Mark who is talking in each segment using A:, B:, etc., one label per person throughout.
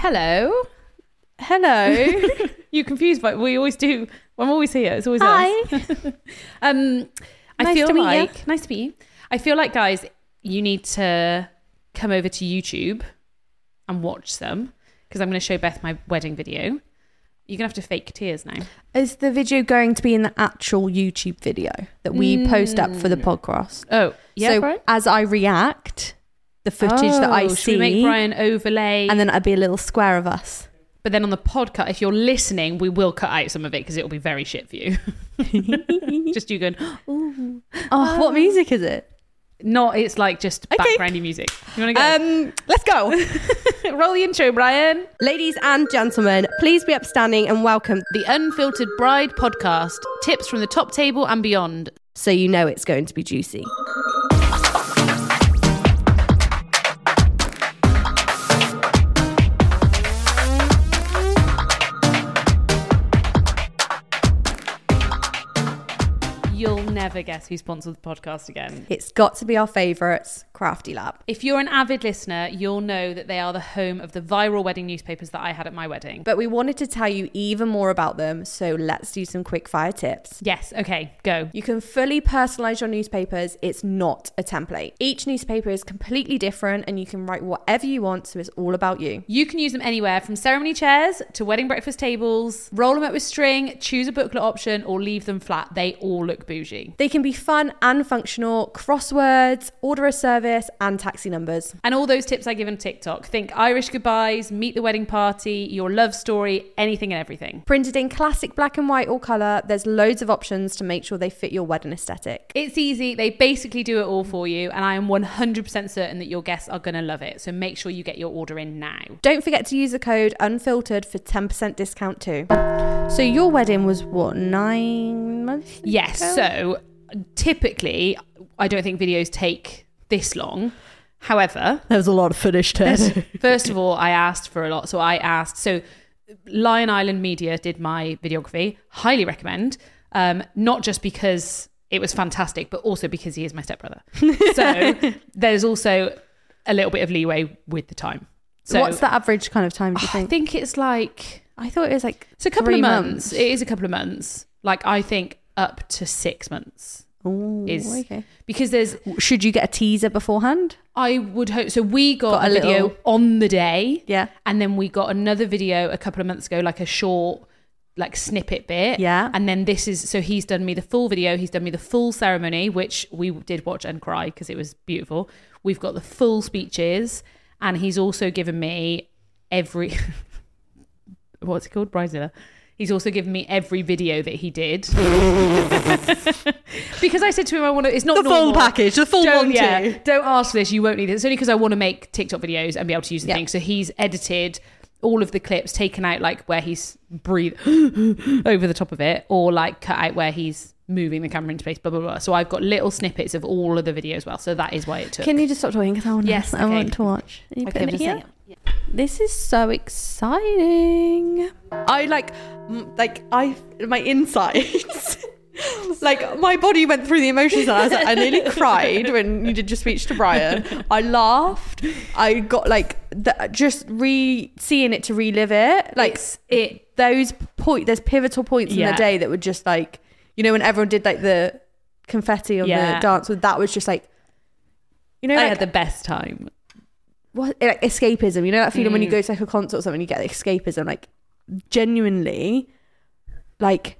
A: Hello.
B: Hello. you confused by we always do. I'm always here. It's always us.
A: Hi.
B: Um, I
A: Nice
B: feel
A: to meet you.
B: like nice to meet you. I feel like guys, you need to come over to YouTube and watch some because I'm going to show Beth my wedding video. You're gonna have to fake tears now.
A: Is the video going to be in the actual YouTube video that we post up for the podcast?
B: Oh, yeah,
A: so
B: Brian.
A: as I react, the footage that I
B: Oh, should we
A: see,
B: make Brian overlay,
A: and then it'd be a little square of us.
B: but then on the podcast, if you're listening, we will cut out some of it because it'll be very shit for you. just you going,
A: Oh,
B: Um,
A: what music is it?
B: not. It's like just
A: Okay.
B: backgroundy music. You want to go?
A: Um, let's go.
B: Um, Roll the intro, Brian.
A: Ladies and gentlemen, please be upstanding and welcome
B: The Unfiltered Bride podcast tips from the top table and beyond.
A: so you know it's going to be juicy.
B: You'll never guess who sponsored the podcast again.
A: It's got to be our favourites, Crafty Lab.
B: If you're an avid listener, you'll know that they are the home of the viral wedding newspapers that I had at my wedding.
A: But we wanted to tell you even more about them, so let's do some quick fire tips.
B: Yes, okay, go.
A: You can fully personalize your newspapers. It's not a template. Each newspaper is completely different and you can write whatever you want, so it's all about you.
B: You can use them anywhere from ceremony chairs to wedding breakfast tables. Roll them up with string, choose a booklet option, or leave them flat. They all look bougie.
A: They can be fun and functional, crosswords, order a service, and taxi numbers.
B: And all those tips I give on TikTok think Irish goodbyes, meet the wedding party, your love story, anything and everything.
A: Printed in classic black and white or color, there's loads of options to make sure they fit your wedding aesthetic.
B: It's easy. They basically do it all for you. And I am 100% certain that your guests are going to love it. So make sure you get your order in now.
A: Don't forget to use the code unfiltered for 10% discount too. So your wedding was what, nine months?
B: Yes. So typically, I don't think videos take this long. However,
A: There was a lot of footage to
B: first of all, I asked for a lot. So I asked. So Lion Island Media did my videography. Highly recommend. Um, not just because it was fantastic, but also because he is my stepbrother. So there's also a little bit of leeway with the time. So
A: What's the average kind of time do you
B: Oh, I
A: think?
B: think it's like
A: I thought it was like
B: It's a couple
A: three
B: of months. It is a couple of months. Like I think up to six months
A: Ooh,
B: is
A: oh, okay.
B: because there's.
A: Should you get a teaser beforehand?
B: I would hope so. We got,
A: Got a
B: a video
A: little-
B: on the day,
A: Yeah.
B: and then we got another video a couple of months ago, like a short, like snippet bit.
A: Yeah.
B: And then this is so he's done me the full video. He's done me the full ceremony, which we did watch and cry because it was beautiful. We've got the full speeches, and he's also given me every what's it called, Bridezilla. He's also given me every video that he did because I said to him, "I want to." It's not normal.
A: package, the full
B: Don't, yeah, don't ask for this. You won't need it. It's only because I want to make TikTok videos and be able to use the
A: Yeah.
B: thing. So he's edited all of the clips, taken out like where he's breathe over the top of it, or like cut out where he's moving the camera into place. Blah blah blah. So I've got little snippets of all of the videos. Well, so that is why it took.
A: Can you just stop talking? Because I want,
B: Yes,
A: I
B: okay.
A: want to watch. Are you
B: Okay,
A: putting
B: I'm
A: it
B: just
A: here?
B: saying it.
A: This is so exciting. I like, mm, like I, my insides. like my body went through the emotions. And I was like, I nearly cried when you did your speech to Brian. I laughed. I got like the, just re seeing it to relive it. Like
B: It's- it
A: those point, there's pivotal points in
B: Yeah.
A: the day that were just like, you know, when everyone did like the confetti on
B: Yeah.
A: the dance, that was just like, you know,
B: I
A: like,
B: had the best time.
A: what like escapism. You know that feeling when
B: Mm.
A: you go to like a concert or something, you get escapism. Like genuinely, like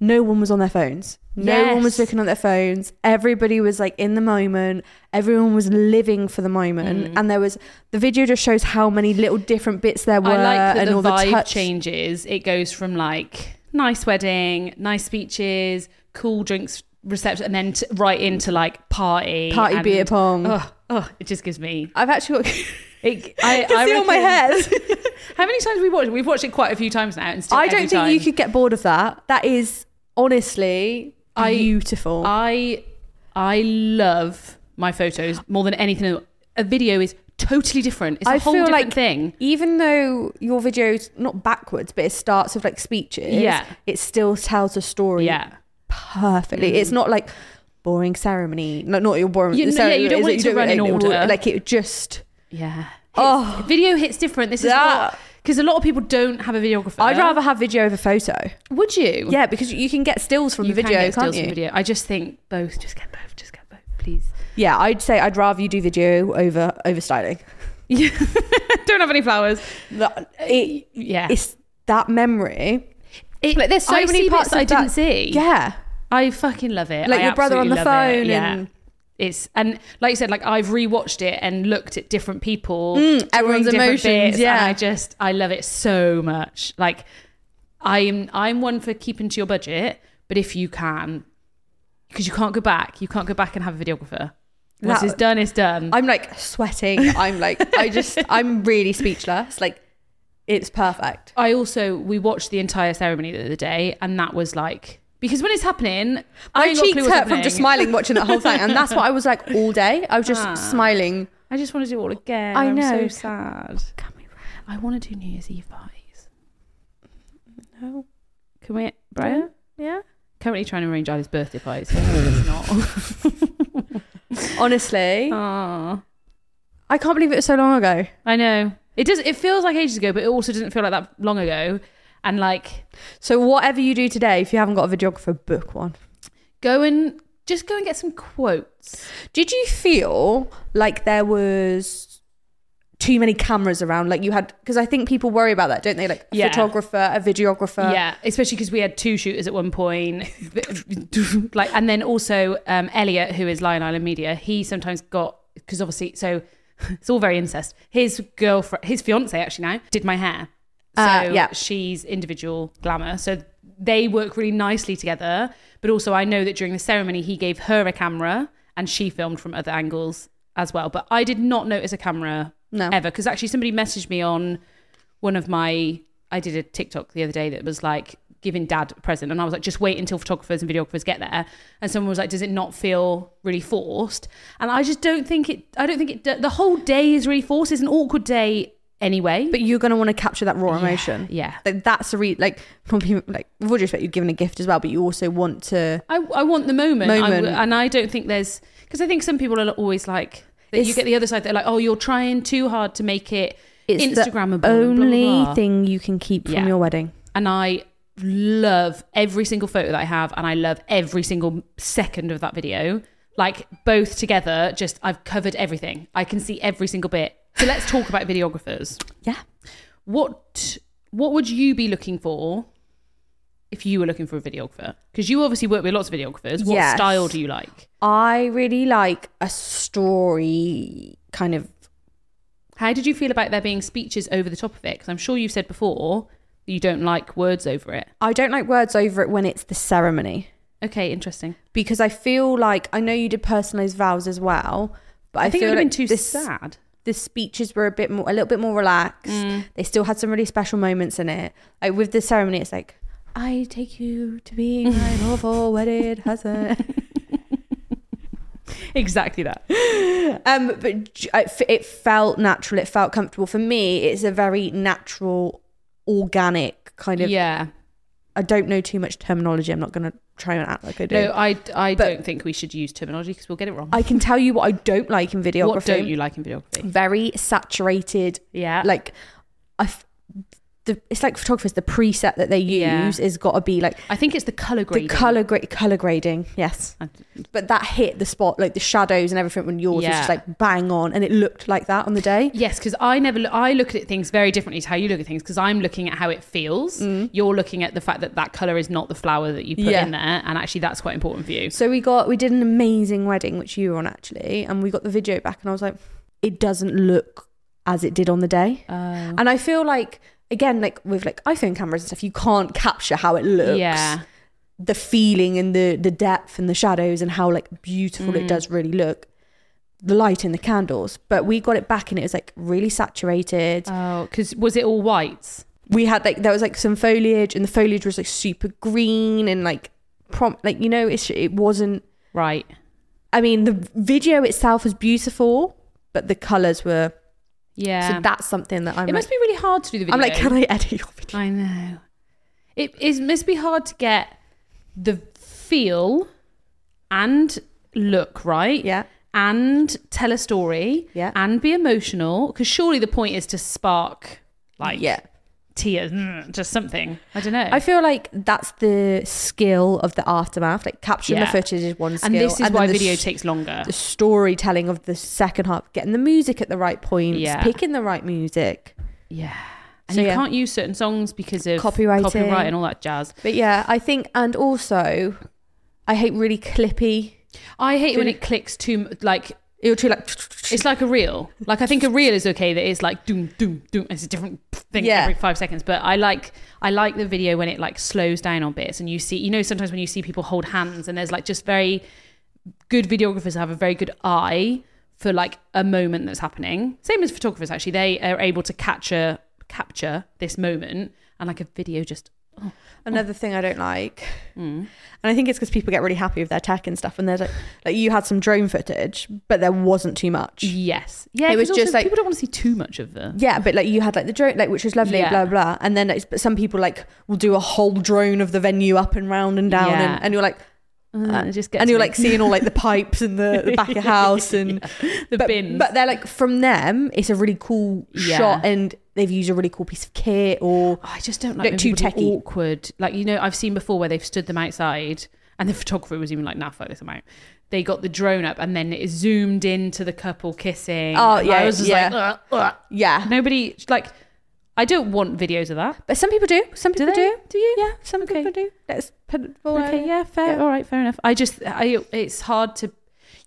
A: no one was on their phones. No one was
B: Yes.
A: looking at their phones. Everybody was like in the moment. Everyone was living for the moment. And there was the video just shows how many little different bits there were
B: Mm. I like that
A: and
B: the
A: all
B: vibe
A: the touch.
B: changes. It goes from like nice wedding, nice speeches, cool drinks reception, and then t- right into like party,
A: Party
B: and-
A: beer pong.
B: Oh, oh, it just gives me.
A: I've actually got
B: It, I,
A: I can
B: I
A: see all my
B: reckon-
A: hairs.
B: How many times have we watched it? We've watched it quite a few times now. And still
A: I don't
B: every
A: think
B: time.
A: you could get bored of that. That is honestly
B: I-
A: beautiful.
B: I I love my photos more than anything. else. A video is totally different. It's a
A: I
B: whole
A: feel
B: different
A: like
B: thing.
A: even though your video's not backwards, but it starts with like speeches,
B: Yeah.
A: it still tells a story
B: Yeah. Mm-hmm.
A: perfectly. It's not like boring ceremony. No, not your boring
B: You- yeah,
A: ceremony.
B: you don't
A: is
B: want it to run in
A: like,
B: order.
A: Like it just
B: Yeah.
A: Oh.
B: Video hits different. This is
A: That-
B: what Because a lot of people don't have a videographer.
A: I'd rather have video over photo.
B: Would you?
A: Yeah, because you can get stills from
B: Mm. you
A: the video,
B: can
A: can
B: get stills
A: not you?
B: from video. I just think both. Just get both. Just get both, please.
A: Yeah, I'd say I'd rather you do video over over styling.
B: Yeah. don't have any flowers.
A: The- it-
B: Yeah.
A: It's that memory.
B: It-
A: like, there's so
B: I
A: many
B: see
A: parts
B: bits I
A: of that-
B: didn't see.
A: Yeah,
B: I fucking love it.
A: like
B: I
A: your brother on the
B: absolutely love
A: phone
B: it. Yeah.
A: and
B: it's and like you said, like I've rewatched it and looked at different people,
A: Mm,
B: doing
A: everyone's
B: different
A: emotions,
B: bits,
A: yeah.
B: and I just I love it so much. Like I'm I'm one for keeping to your budget, but if you can, because you can't go back, you can't go back and have a videographer. Once
A: That-
B: it's done, it's done.
A: I'm like sweating. I'm like I just I'm really speechless. Like it's perfect.
B: I also we watched the entire ceremony the other day, and that was like because when it's happening, I
A: My
B: ain't got a clue
A: cheeks
B: what's
A: hurt from just
B: happening.
A: smiling watching that whole thing, and that's what I was like all day. I was just
B: Ah.
A: smiling.
B: I just want to do it all again.
A: I
B: I know.
A: know.
B: so sad. Can we? I want to do New Year's Eve parties.
A: No.
B: Can we, Brian?
A: Yeah.
B: Currently trying to arrange Ida's birthday party. So it's not.
A: Honestly,
B: Ah. Aw.
A: I can't believe it was so long ago.
B: I know. It does. It feels like ages ago, but it also doesn't feel like that long ago. And like,
A: So whatever you do today, if you haven't got a videographer, book one.
B: go and just go and get some quotes.
A: Did you feel like there was too many cameras around? Like you had because I think people worry about that, don't they? Like a
B: Yeah.
A: photographer, a videographer.
B: yeah, especially because we had two shooters at one point. like, and then also um, Elliot, who is Lion Island Media, he sometimes got because obviously, so it's all very incest. His girlfriend, his fiance actually now did my hair. So
A: Uh, yeah.
B: she's individual glamour. So they work really nicely together. But also, I know that during the ceremony, he gave her a camera and she filmed from other angles as well. But I did not notice a camera
A: No.
B: ever because actually somebody messaged me on one of my I did a TikTok the other day that was like giving dad a present and I was like just wait until photographers and videographers get there and someone was like does it not feel really forced and I just don't think it I don't think it do- the whole day is really forced it's an awkward day anyway
A: But you're gonna want to capture that raw emotion.
B: yeah
A: Like that's the re like probably like with all due respect, you've given a gift as well, but you also want to
B: I, I want the moment, I
A: Moment.
B: w- and I don't think there's because I think some people are always like that you
A: It's-
B: get the other side they're like oh you're trying too hard to make it
A: It's the
B: Instagrammable and blah, blah,
A: only
B: blah.
A: thing you can keep from
B: Yeah.
A: your wedding.
B: and I love every single photo that I have, and I love every single second of that video. Like both together, just I've covered everything. I can see every single bit. So let's talk about videographers.
A: Yeah.
B: What what would you be looking for if you were looking for a videographer? Because you obviously work with lots of videographers. What
A: Yes.
B: style do you like?
A: I really like a story kind of
B: How did you feel about there being speeches over the top of it? Because I'm sure you've said before that you don't like words over it.
A: I don't like words over it when it's the ceremony.
B: Okay, interesting.
A: because I feel like I know you did personalized vows as well, but I,
B: I think it
A: feel
B: would have
A: like
B: been too
A: the, s-
B: sad.
A: the speeches were a bit more, a little bit more relaxed. They still had some really special moments in it. Like with the ceremony, it's like, I take you to be my lawful wedded husband.
B: Exactly that.
A: Um, but j- I f- it felt natural. It felt comfortable for me. It's a very natural, organic kind of.
B: Yeah.
A: I don't know too much terminology. I'm not going to try and act like I do.
B: No, I, I
A: But-
B: don't think we should use terminology because we'll get it wrong.
A: I can tell you what I don't like in videography.
B: What don't you like in videography?
A: Very saturated uh,
B: Yeah.
A: like I f- the it's like photographers the preset that they use
B: Yeah.
A: is got to be like
B: I think it's the color grading.
A: the color gra- color grading yes
B: I-
A: but that hit the spot like the shadows and everything when yours was
B: Yeah.
A: just like bang on and it looked like that on the day
B: Yes, because I never look, I look at things very differently to how you look at things because I'm looking at how it feels. You're looking at the fact that that color is not the flower that you put
A: Mm. Yeah.
B: in there, and actually that's quite important for you.
A: so we got we did an amazing wedding which you were on actually and we got the video back and I was like it doesn't look as it did on the day
B: Oh.
A: and I feel like again like with like iPhone cameras and stuff you can't capture how it looks
B: Yeah.
A: the feeling and the the depth and the shadows and how like beautiful it
B: Mm.
A: does really look the light and the candles but we got it back and it was like really saturated
B: Oh, because was it all whites?
A: we had like there was like some foliage and the foliage was like super green and like prompt like you know it's, it wasn't
B: Right.
A: i mean the video itself was beautiful but the colors were
B: Yeah.
A: so that's something that i'm
B: it
A: like,
B: must be really hard to do the video.
A: i'm like can i edit your video
B: I know. It is must be hard to get the feel and look right
A: yeah
B: and tell a story
A: Yeah.
B: and be emotional because surely the point is to spark like
A: yeah
B: tears, mm, just something. I don't know.
C: I feel like that's the skill of the aftermath. Like capturing
B: Yeah.
C: the footage is one skill,
B: and this is
C: then
B: why
C: the
B: video
C: s-
B: takes longer.
C: the storytelling of the second half, getting the music at the right points,
B: Yeah.
C: picking the right music.
B: Yeah. And
C: So,
B: you
C: yeah.
B: can't use certain songs because of
C: Copywriting.
B: copyright and all that jazz.
C: But yeah, I think, and also, I hate really clippy.
B: I hate when
C: Did-
B: it clicks too m- like
C: It'll too like.
B: it's like a reel. Like I think a reel is okay that it's like doom doom doom. It's a different thing
C: Yeah.
B: every five seconds. But I like I like the video when it like slows down on bits and you see you know sometimes when you see people hold hands and there's like just very good videographers have a very good eye for like a moment that's happening. Same as photographers actually. They are able to capture capture this moment and like a video just
C: Another thing I don't like,
B: mm.
C: and I think it's because people get really happy with their tech and stuff. And there's like, like you had some drone footage, but there wasn't too much.
B: Yes. Yeah.
C: It
B: 'cause
C: was
B: also
C: just, like-
B: people don't want to see too much of the.
C: Yeah, but like you had like the drone, like which was lovely,
B: Yeah.
C: blah blah. And then like, but some people like will do a whole drone of the venue up and round and down,
B: Yeah.
C: and, and you're like,
B: Uh, it just gets
C: and you're
B: me.
C: like seeing all like the pipes and the, the back of house and
B: the
C: but,
B: bins.
C: But they're like from them, it's a really cool
B: Yeah.
C: shot, and they've used a really cool piece of kit or
B: Oh, I just don't
C: Like
B: like when
C: too
B: people do
C: techie.
B: awkward. Like you know, I've seen before where they've stood them outside, and the photographer was even like, "Nah, fuck this, I'm out." They got the drone up, and then it zoomed into the couple kissing.
C: Oh,
B: and
C: yeah,
B: I was just
C: yeah.
B: like, "Ugh, ugh."
C: yeah.
B: nobody like. I don't want videos of that.
C: But some people do. Some
B: Do
C: people do.
B: they? Do you?
C: Yeah, some
B: Okay.
C: people do. Let's put it forward.
B: Okay, yeah, fair.
C: Yeah.
B: All right, fair enough. I just, I, it's hard to.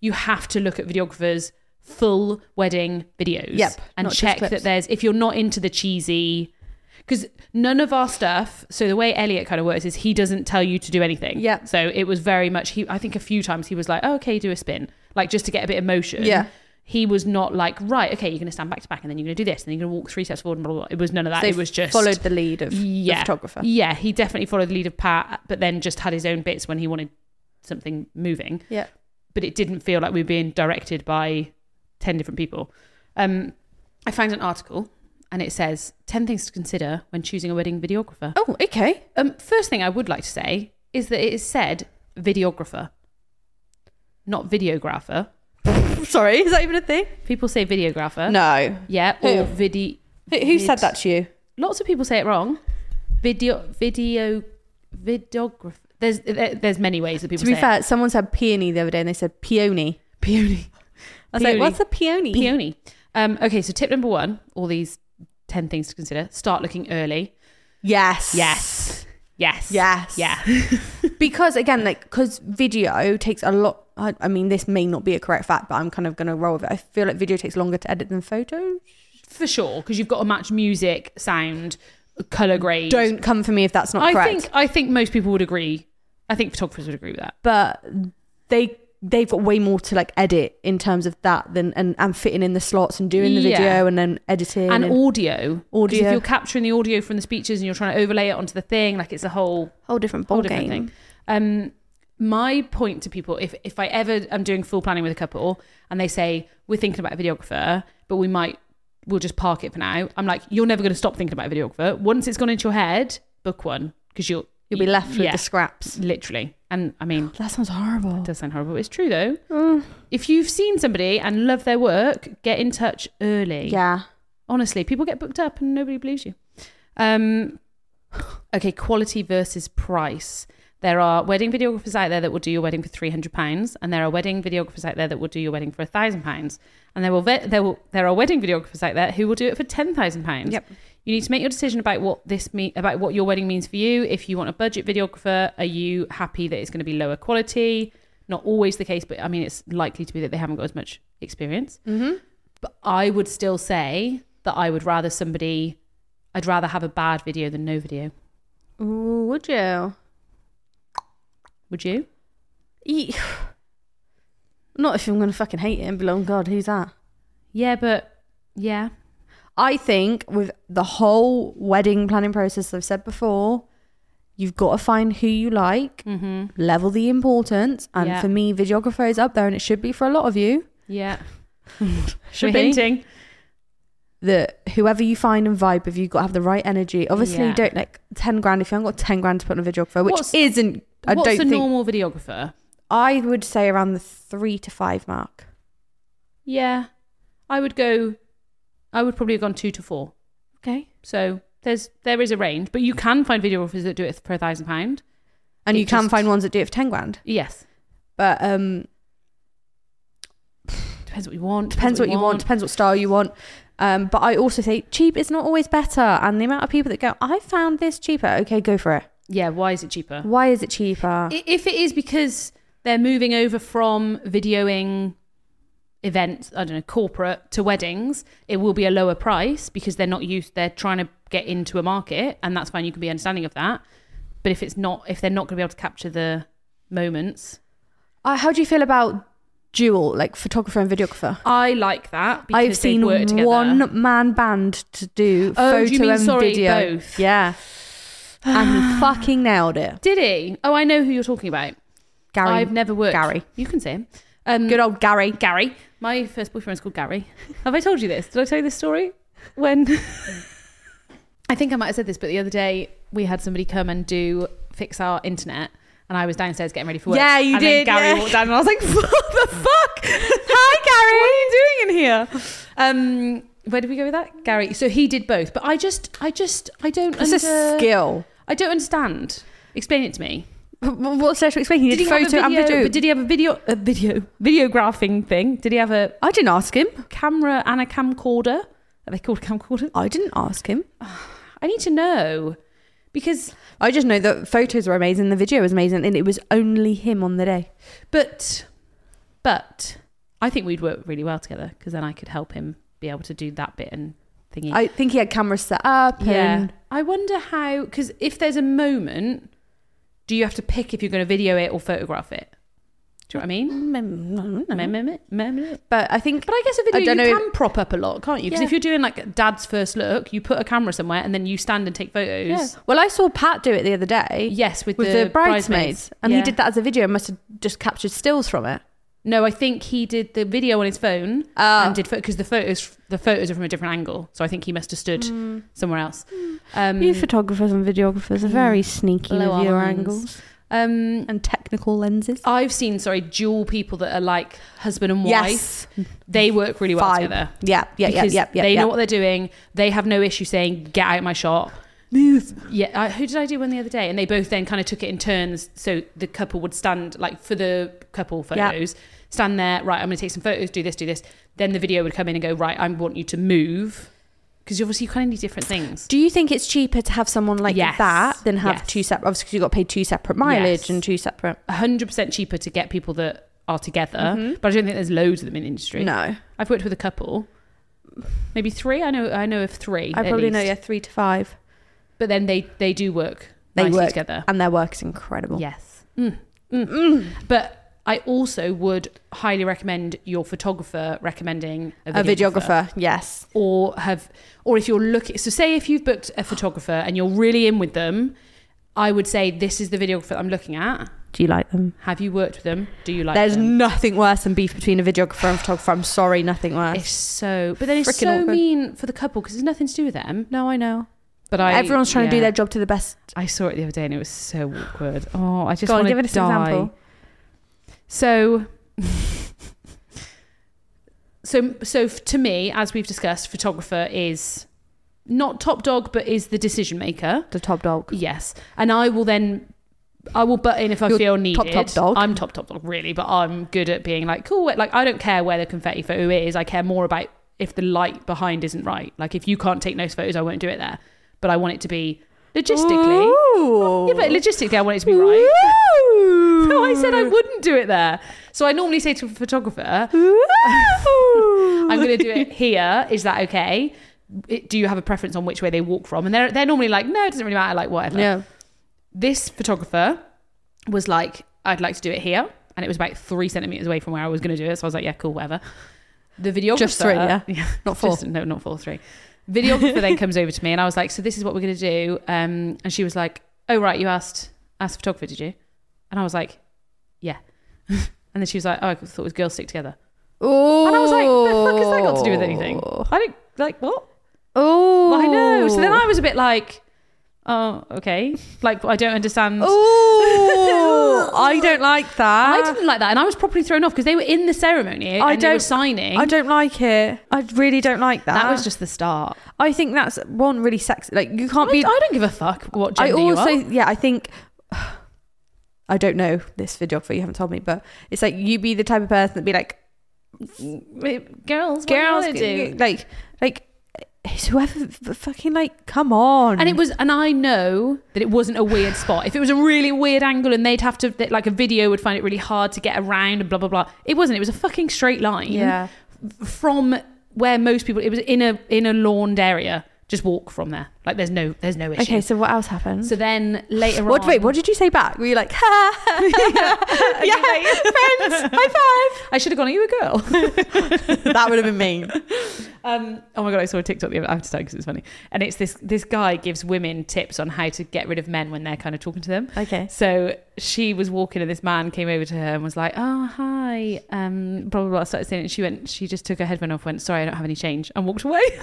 B: You have to look at videographers' full wedding videos.
C: Yep,
B: and
C: not just
B: check
C: clips.
B: that there's if you're not into the cheesy, because none of our stuff. So the way Elliot kind of works is he doesn't tell you to do anything.
C: Yep.
B: So it was very much he. I think a few times he was like, oh, "Okay, do a spin," like just to get a bit of motion.
C: Yeah.
B: He was not like right. Okay, you're going to stand back to back, and then you're going to do this, and then you're going to walk three steps forward, and blah, blah, blah. It was none of that.
C: They
B: it was just
C: followed the lead of the
B: yeah.
C: photographer.
B: Yeah, he definitely followed the lead of Pat, but then just had his own bits when he wanted something moving.
C: Yeah.
B: But it didn't feel like we were being directed by 10 different people. Um, I found an article and it says 10 things to consider when choosing a wedding videographer.
C: Oh, okay.
B: Um, first thing I would like to say is that it is said videographer, not videographer.
C: Sorry, is that even a thing?
B: People say videographer.
C: No.
B: Yeah, or
C: Who?
B: video.
C: Who, who said that to you?
B: lots of people say it wrong. Video, video, videographer. There's there- there's many ways that people
C: To be
B: say
C: fair, someone said peony the other day, and they said peony.
B: it. peony,
C: I was
B: Peony.
C: like, what's a peony?
B: peony. Um, okay, so tip number one: all these ten things to consider. Start looking early.
C: Yes.
B: Yes, yes,
C: Yes.
B: yeah.
C: Because again, like, because video takes a lot. I, I mean, this may not be a correct fact, but I'm kind of going to roll with it. I feel like video takes longer to edit than photos.
B: For sure, because you've got to match music, sound, color grade.
C: Don't come for me if that's not
B: I
C: correct.
B: think I think most people would agree. I think photographers would agree with that.
C: but they they've got way more to like edit in terms of that than and, and fitting in the slots and doing the
B: Yeah.
C: video and then editing
B: And
C: and,
B: audio, 'Cause
C: Audio.
B: If you're capturing the audio from the speeches and you're trying to overlay it onto the thing, like it's a whole
C: whole different
B: whole
C: ball
B: different
C: game.
B: thing. Um, my point to people, if if I ever am doing full planning with a couple and they say we're thinking about a videographer, but we might we'll just park it for now. I'm like, you're never going to stop thinking about a videographer. Once it's gone into your head, book one because you'll
C: You'll be left with
B: yeah,
C: the scraps.
B: literally. And I mean,
C: That sounds horrible.
B: it does sound horrible. It's true though. If you've seen somebody and love their work, get in touch early.
C: Yeah.
B: Honestly, people get booked up and nobody believes you. Um, okay, quality versus price. There are wedding videographers out there that will do your wedding for three hundred pounds, and there are wedding videographers out there that will do your wedding for thousand pounds, and there will ve- there will there are wedding videographers out there who will do it for ten thousand pounds.
C: Yep.
B: You need to make your decision about what this mean about what your wedding means for you. If you want a budget videographer, are you happy that it's going to be lower quality? Not always the case, but I mean it's likely to be that they haven't got as much experience.
C: Mm-hmm.
B: But I would still say that I would rather somebody, I'd rather have a bad video than no video.
C: Ooh, would you?
B: Would you?
C: Ye- Not if I'm going to fucking hate it and be like, oh God, who's that?
B: Yeah, but yeah.
C: I think with the whole wedding planning process, I've said before, you've got to find who you like,
B: Mm-hmm.
C: level the importance. And
B: Yeah.
C: for me, videographer is up there, and it should be for a lot of you.
B: Yeah.
C: Should
B: We're
C: be.
B: hinting.
C: That whoever you find and vibe with, you've got to have the right energy. Obviously,
B: Yeah.
C: don't like 10 grand if you haven't got 10 grand to put on a videographer, which
B: What's-
C: isn't, I
B: What's
C: don't
B: a
C: think,
B: normal videographer?
C: I would say around the three to five mark.
B: Yeah. I would go, I would probably have gone two to four.
C: Okay.
B: So there's there is a range, but you can find videographers that do it for a thousand pound.
C: and
B: It
C: you can
B: just-
C: find ones that do it for 10 grand.
B: Yes,
C: But um,
B: depends what you want.
C: depends what you want, depends what style you want. Um, but I also say cheap is not always better. And the amount of people that go, I found this cheaper. Okay, go for it.
B: Yeah, why is it cheaper?
C: Why is it cheaper?
B: I- If it is because they're moving over from videoing events, I don't know, corporate to weddings, it will be a lower price because they're not used, they're trying to get into a market, and that's fine. You can be understanding of that. But if it's not, if they're not going to be able to capture the moments,
C: Uh, how do you feel about dual, like photographer and videographer?
B: I like that. Because
C: I've seen
B: work together.
C: one man band to do
B: Oh,
C: photo
B: do you mean,
C: and
B: sorry,
C: video.
B: both?
C: Yeah. and he fucking nailed it.
B: Did he? Oh, I know who you're talking about.
C: Gary.
B: I've never worked.
C: Gary.
B: You can say him. Um,
C: Good old Gary.
B: Gary. My first boyfriend's called Gary. Have I told you this? Did I tell you this story? When I think I might have said this, but the other day we had somebody come and do fix our internet, and I was downstairs getting ready for work.
C: Yeah, you
B: and
C: did,
B: Then Gary
C: yeah.
B: walked down, and I was like, "What the fuck? Hi, Gary. what are you doing in here?" Um, where did we go with that, Gary? So he did both, but I just, I just, I don't.
C: It's a
B: under-
C: skill.
B: I don't understand. Explain it to me.
C: What's there to explain? He did,
B: have a
C: photo and
B: video-
C: video.
B: But did he have a video, a video, videographing thing? Did he have a
C: I didn't ask him.
B: camera and a camcorder. Are they called camcorders?
C: I didn't ask him.
B: I need to know because,
C: I just know that photos were amazing, the video was amazing, and it was only him on the day.
B: but, but I think we'd work really well together because then I could help him be able to do that bit and thingy.
C: I think he had cameras set up.
B: yeah.
C: And
B: I wonder how because if there's a moment, do you have to pick if you're going to video it or photograph it? Do you know what I mean? Mem-
C: Mm,
B: mem- mem- mem-
C: But I think
B: But I guess a
C: I
B: video
C: don't
B: you
C: know
B: can prop up a lot, can't you? Because
C: Yeah.
B: if you're doing like dad's first look, you put a camera somewhere and then you stand and take photos.
C: Yeah. Well, I saw Pat do it the other day
B: Yes, with,
C: with the, bridesmaids, and he
B: Yeah.
C: did that as a video and must have just captured stills from it.
B: No, I think he did the video on his phone
C: Uh,
B: and did because the photos the photos are from a different angle, so I think he must have stood
C: Hmm.
B: somewhere else. Um,
C: you photographers and videographers are very sneaky
B: Mm. Blow
C: with
B: our
C: your
B: minds.
C: angles
B: um,
C: and technical lenses.
B: I've seen sorry dual people that are like husband and wife. They work really well
C: Vibe.
B: together.
C: Yeah, yeah, yeah,
B: because
C: yeah, yeah.
B: they
C: yeah.
B: know what they're doing. They have no issue saying get out my shot. Move. Yeah, I, who did I do one the other day? And they both then kind of took it in turns. So the couple would stand like for the couple
C: Yeah.
B: photos, stand there. Right, I'm going to take some photos. Do this, do this. Then the video would come in and go. Right, I want you to move because obviously you kind of need different things.
C: Do you think it's cheaper to have someone like
B: Yes.
C: that than have
B: Yes.
C: two separate? Obviously, 'cause you got to pay two separate mileage
B: Yes.
C: and two separate.
B: hundred percent cheaper to get people that are together, but I don't think there's loads of them in the industry.
C: Mm-hmm. No,
B: I've worked with a couple, maybe three. I know, I know of three.
C: I
B: at
C: probably know.
B: least.
C: Yeah, three to five.
B: but then they they do work.
C: They
B: nicely
C: work
B: together.
C: and their work is incredible.
B: Yes. Mm. Mm. But I also would highly recommend your photographer recommending a
C: A
B: videographer.
C: videographer, yes.
B: Or have, or if you're looking, so say if you've booked a photographer and you're really in with them, I would say this is the videographer I'm looking at.
C: Do you like them?
B: Have you worked with them? Do you like
C: There's
B: them?
C: nothing worse than beef between a videographer and photographer. I'm sorry, nothing worse.
B: It's so, but then it's
C: Frickin'
B: so
C: awkward.
B: mean for the couple because it's nothing to do with them.
C: no, I know.
B: But I,
C: Everyone's trying to do
B: yeah.
C: their job to the best.
B: I saw it the other day and it was so awkward. Oh, I just
C: Go on,
B: want
C: give
B: to
C: us an
B: die.
C: example.
B: So, so, so f- to me, as we've discussed, photographer is not top dog, but is the decision maker.
C: The top dog.
B: Yes, and I will then, I will butt in if I
C: You're
B: feel needed.
C: top, top dog.
B: I'm top top dog, really, but I'm good at being like cool. Like I don't care where the confetti photo is. I care more about if the light behind isn't right. Like if you can't take those photos, I won't do it there. But I want it to be logistically.
C: Ooh.
B: Yeah, but logistically, I want it to be right.
C: Ooh.
B: No, I said I wouldn't do it there. So I normally say to a photographer,
C: Ooh.
B: I'm going to do it here. Is that okay? It- Do you have a preference on which way they walk from? And they're, they're normally like, no, it doesn't really matter, like whatever.
C: Yeah.
B: This photographer was like, I'd like to do it here. And it was about three centimeters away from where I was going to do it. So I was like, yeah, cool, whatever. The videographer.
C: three, yeah? Not four.
B: Just- no, not four, three. Videographer then comes over to me and I was like, so this is what we're going to do. Um, and she was like, oh, right, you asked, asked the photographer, did you? And I was like, yeah. and then she was like, oh, I thought it was girls stick together.
C: Ooh.
B: And I was like, the fuck has that got to do with anything? I don't, like, what?
C: Oh.
B: I know. So then I was a bit like, oh, okay. Like, I don't understand.
A: Oh, I don't like that.
B: I didn't like that, and I was properly thrown off because they were in the ceremony
A: Ah. I
B: and they were
A: don't-
B: signing.
A: I don't like it. I really don't like that.
B: that was just the start.
A: I think that's one really sexy. Like you can't
B: I,
A: be.
B: I don't give a fuck what
A: I
B: gender
A: also
B: you are.
A: yeah. I think I don't know this videographer. You haven't told me, but it's like you be the type of person that be like
B: Wait, Girls, what
A: girls
B: girls do, you wanna do?
A: like like it's whoever f- fucking like come on.
B: And it was, and I know that it wasn't a weird spot. If it was a really weird angle and they'd have to, that, like a video would find it really hard to get around and blah, blah, blah. It wasn't. It was a fucking straight line
A: yeah.
B: from where most people, it was in a, in a lawned area. Just walk from there. Like there's no, there's no issue.
A: Okay, so what else happened?
B: So then later
A: what
B: on.
A: wait? What did you say back? Were you like ha? yeah, friends, high
B: I should have gone, are you a girl?
A: five. That would have been me.
B: Um, oh my god, I saw a TikTok the other I have to say because it's funny. And it's this this guy gives women tips on how to get rid of men when they're kind of talking to them.
A: Okay.
B: So she was walking and this man came over to her and was like, "Oh hi," um, blah blah blah. Started saying it. She went. She just took her headband off. Went, "Sorry, I don't have any change," and walked away.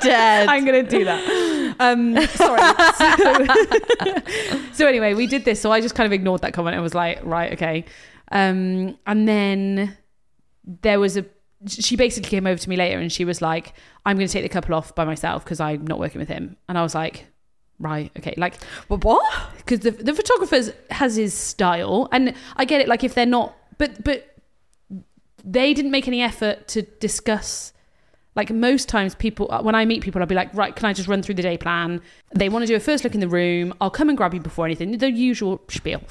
A: Dead.
B: I'm gonna do that. Um, sorry. So, so anyway, we did this. So I just kind of ignored that comment and was like, right, okay. Um, and then there was a. She basically came over to me later and she was like, I'm gonna take the couple off by myself because I'm not working with him. And I was like. Right. Okay. Like,
A: But what?
B: because the the photographer has his style, and I get it. Like, if they're not, but but they didn't make any effort to discuss. Like most times, people uh, when I meet people, I'll be like, right, can I just run through the day plan? They want to do a first look in the room. I'll come and grab you before anything. The usual spiel.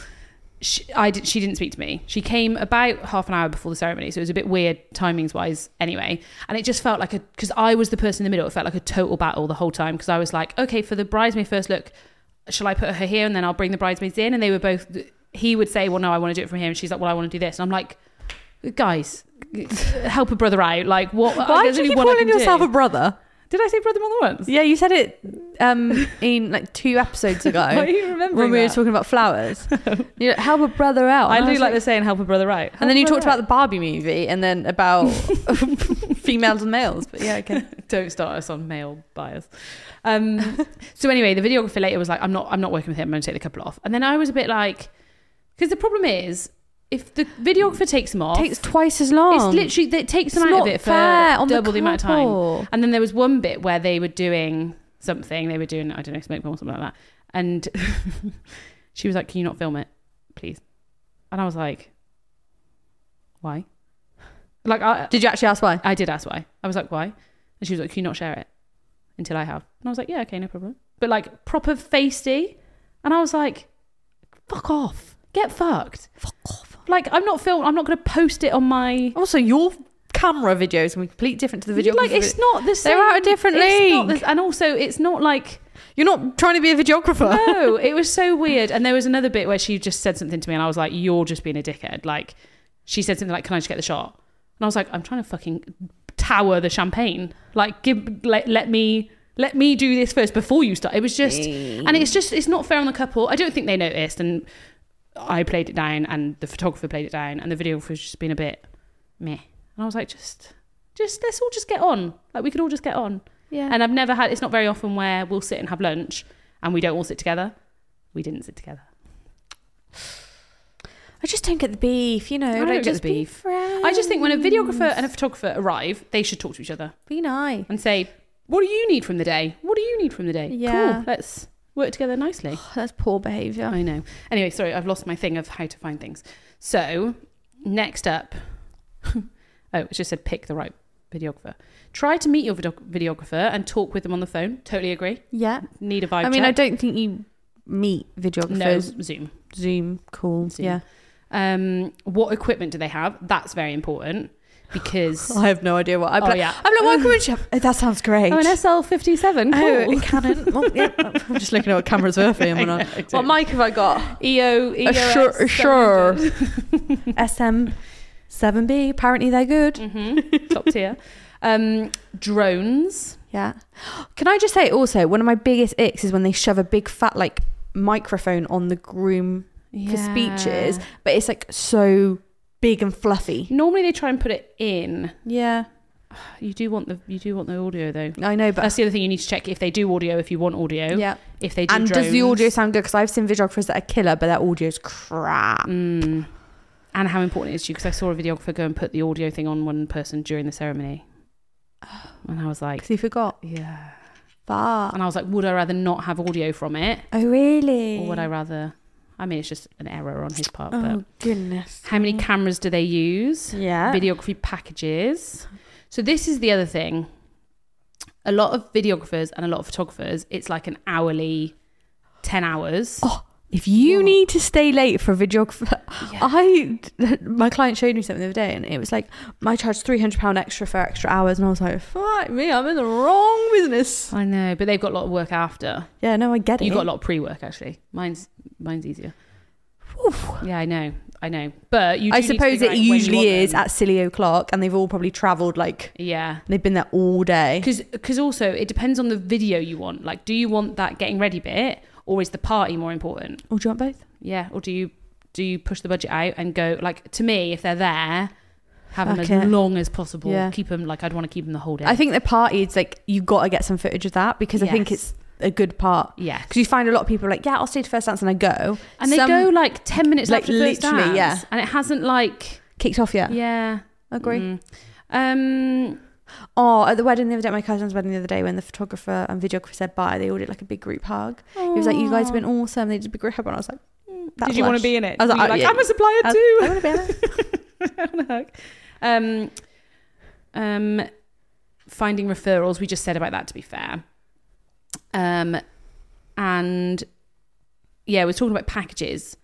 B: She, I did, she didn't speak to me. She came about half an hour before the ceremony, so it was a bit weird timings wise. Anyway, and it just felt like a because I was the person in the middle. It felt like a total battle the whole time because I was like, okay, for the bridesmaid first look, shall I put her here and then I'll bring the bridesmaids in? And they were both. He would say, well, no, I want to do it from here, and she's like, well, I want to do this, and I'm like, guys, help a brother out. Like, what?
A: Why
B: there's
A: did you
B: only
A: keep
B: one I
A: calling
B: can do.
A: yourself a brother?
B: Did I say brother more than once?
A: Yeah, you said it
C: Uh,
A: um, in like two episodes
B: Why
A: ago
B: are you remembering
A: when we were
B: that?
A: talking about flowers. you know, help a brother out.
B: Oh, I
A: And
B: do
A: was
B: like, the saying, help a brother out.
A: And then you
B: Help a
A: talked
B: brother
A: about the Barbie movie and then about females and males. But yeah, okay.
B: don't start us on male bias. Um, so anyway, the videographer later was like, "I'm not, I'm not working with him. I'm going to take the couple off." And then I was a bit like, because the problem is, if the videographer takes them off,
A: takes twice as long.
B: it's literally it takes them out of it for double the amount of time.
A: couple.
B: And then there was one bit where they were doing something. They were doing, I don't know, smoke bomb or something like that. And she was like, Can you not film it, please? And I was like, Why? Like, I,
A: Did you actually ask why?
B: I did ask why. I was like, Why? And she was like, Can you not share it until I have? And I was like, Yeah, okay, no problem. But like, proper feisty. And I was like, Fuck off. Get fucked. Fuck off. Like, I'm not film. I'm not going to post it on my.
A: Also, your camera video is completely different to the video.
B: like it's not the same.
A: They're out of different
B: It's not
A: league.
B: the- and also, it's not like
A: You're not trying to be a videographer.
B: no, it was so weird. And there was another bit where she just said something to me, and I was like, "You're just being a dickhead." Like, she said something like, "Can I just get the shot?" And I was like, "I'm trying to fucking tower the champagne. Like, give let, let me let me do this first before you start." It was just, and it's just it's not fair on the couple. I don't think they noticed, and I played it down, and the photographer played it down, and the videographer's just been a bit meh. And I was like, just. Just let's all just get on. Like we could all just get on.
A: Yeah.
B: And I've never had. It's not very often where we'll sit and have lunch, and we don't all sit together. We didn't sit together.
C: I just don't get the beef, you know.
B: I don't
C: like,
B: get
C: just
B: the
C: be
B: beef. I just think when a
C: friends.
B: videographer and a photographer arrive, they should talk to each other
C: be nice.
B: and say, "What do you need from the day? What do you need from the day?
C: Yeah.
B: Cool. Let's work together nicely."
C: That's poor behaviour.
B: I know. Anyway, sorry, I've lost my thing of how to find things. So next up, oh, it just said pick the right videographer. Try to meet your video- videographer and talk with them on the phone. Totally agree.
C: Yeah.
B: Need a vibe.
C: I mean, I
B: check.
C: don't think you meet
B: no
C: videographers.
B: Zoom.
C: Zoom calls.
B: Zoom.
C: Yeah.
B: Um, what equipment do they have? That's very important because
A: I have no idea what. I'm
B: oh
A: like,
B: yeah,
A: I'm like, what can we shop? Oh, that sounds great.
B: oh an SL fifty seven.
A: Oh,
B: Cool.
A: a Canon. Well, yeah, I'm just looking at what cameras were for him. and I- What mic have I got?
B: EO, EO
A: sure, sure. SM. 7B, apparently they're good.
B: hmm top tier. Um, drones.
C: Yeah.
A: Can I just say also, one of my biggest icks is when they shove a big fat like microphone on the groom for speeches,
B: Yeah.
A: but it's like so big and fluffy.
B: Normally they try and put it in.
A: Yeah.
B: You do want the you do want the audio though.
C: I know, but
B: That's the other thing you need to check if they do audio. If you want audio,
C: yeah.
B: If they do,
C: And does the audio
B: drones.
C: sound good? Because I've seen videographers that are killer, but their audio's crap.
B: Mm. And how important it is to you? Because I saw a videographer go and put the audio thing on one person during the ceremony, and I was like,
C: Because he forgot.
B: yeah.
C: Fuck.
B: And I was like, would I rather not have audio from it,
C: Oh really?
B: or would I rather? I mean, it's just an error on his part. But
C: Oh goodness.
B: how many cameras do they use?
C: Yeah.
B: videography packages. So this is the other thing. A lot of videographers and a lot of photographers, it's like an hourly, ten hours.
C: Oh, If you
B: What?
C: need to stay late for a videographer,
B: Yeah.
C: I my client showed me something the other day, and it was like my charge three hundred pound extra for extra hours, and I was like, "Fuck me, I'm in the wrong business."
B: I know, but they've got a lot of work after.
C: Yeah, no, I get it.
B: You got a lot of pre-work actually. Mine's mine's easier.
C: Oof.
B: Yeah, I know, I know. But you, do
C: I
B: need to
C: suppose
B: figure
C: it
B: out when you
C: usually
B: want
C: is
B: them.
C: at silly o'clock, and they've all probably travelled like
B: yeah.
C: they've been there all day.
B: Because also it depends on the video you want. Like, do you want that getting ready bit, or is the party more important?
C: Oh, do you want both?
B: Yeah, or do you do you push the budget out and go like to me if they're there, have them
C: Fuck
B: as
C: it.
B: long as possible.
C: Yeah.
B: Keep them like I'd want to keep them the whole day.
C: I think the party it's like you got to get some footage of that because I think
B: Yes.
C: it's a good part.
B: yeah,
C: Because you find a lot of people are like, yeah, I'll stay to first dance and I go.
B: and they
C: Some
B: go like ten minutes
C: like,
B: after first
C: literally,
B: dance,
C: yeah.
B: and it hasn't like
C: kicked off yet.
B: yeah,
C: Agree.
B: Mm. Um,
C: Oh, at the wedding the other day, my cousin's wedding the other day, when the photographer and videographer said bye, they all did like a big group hug. It was like, you guys have been awesome. They did a big group hug, and I was like, that
B: did you want
C: blush.
B: to be in it?
C: I was
B: Were
C: like,
B: you
C: oh, yeah.
B: I'm a supplier
C: I was-
B: too.
C: I want to be in it.
B: I want a hug. Um, um, finding referrals. We just said about that. To be fair, um, and yeah, we're talking about packages.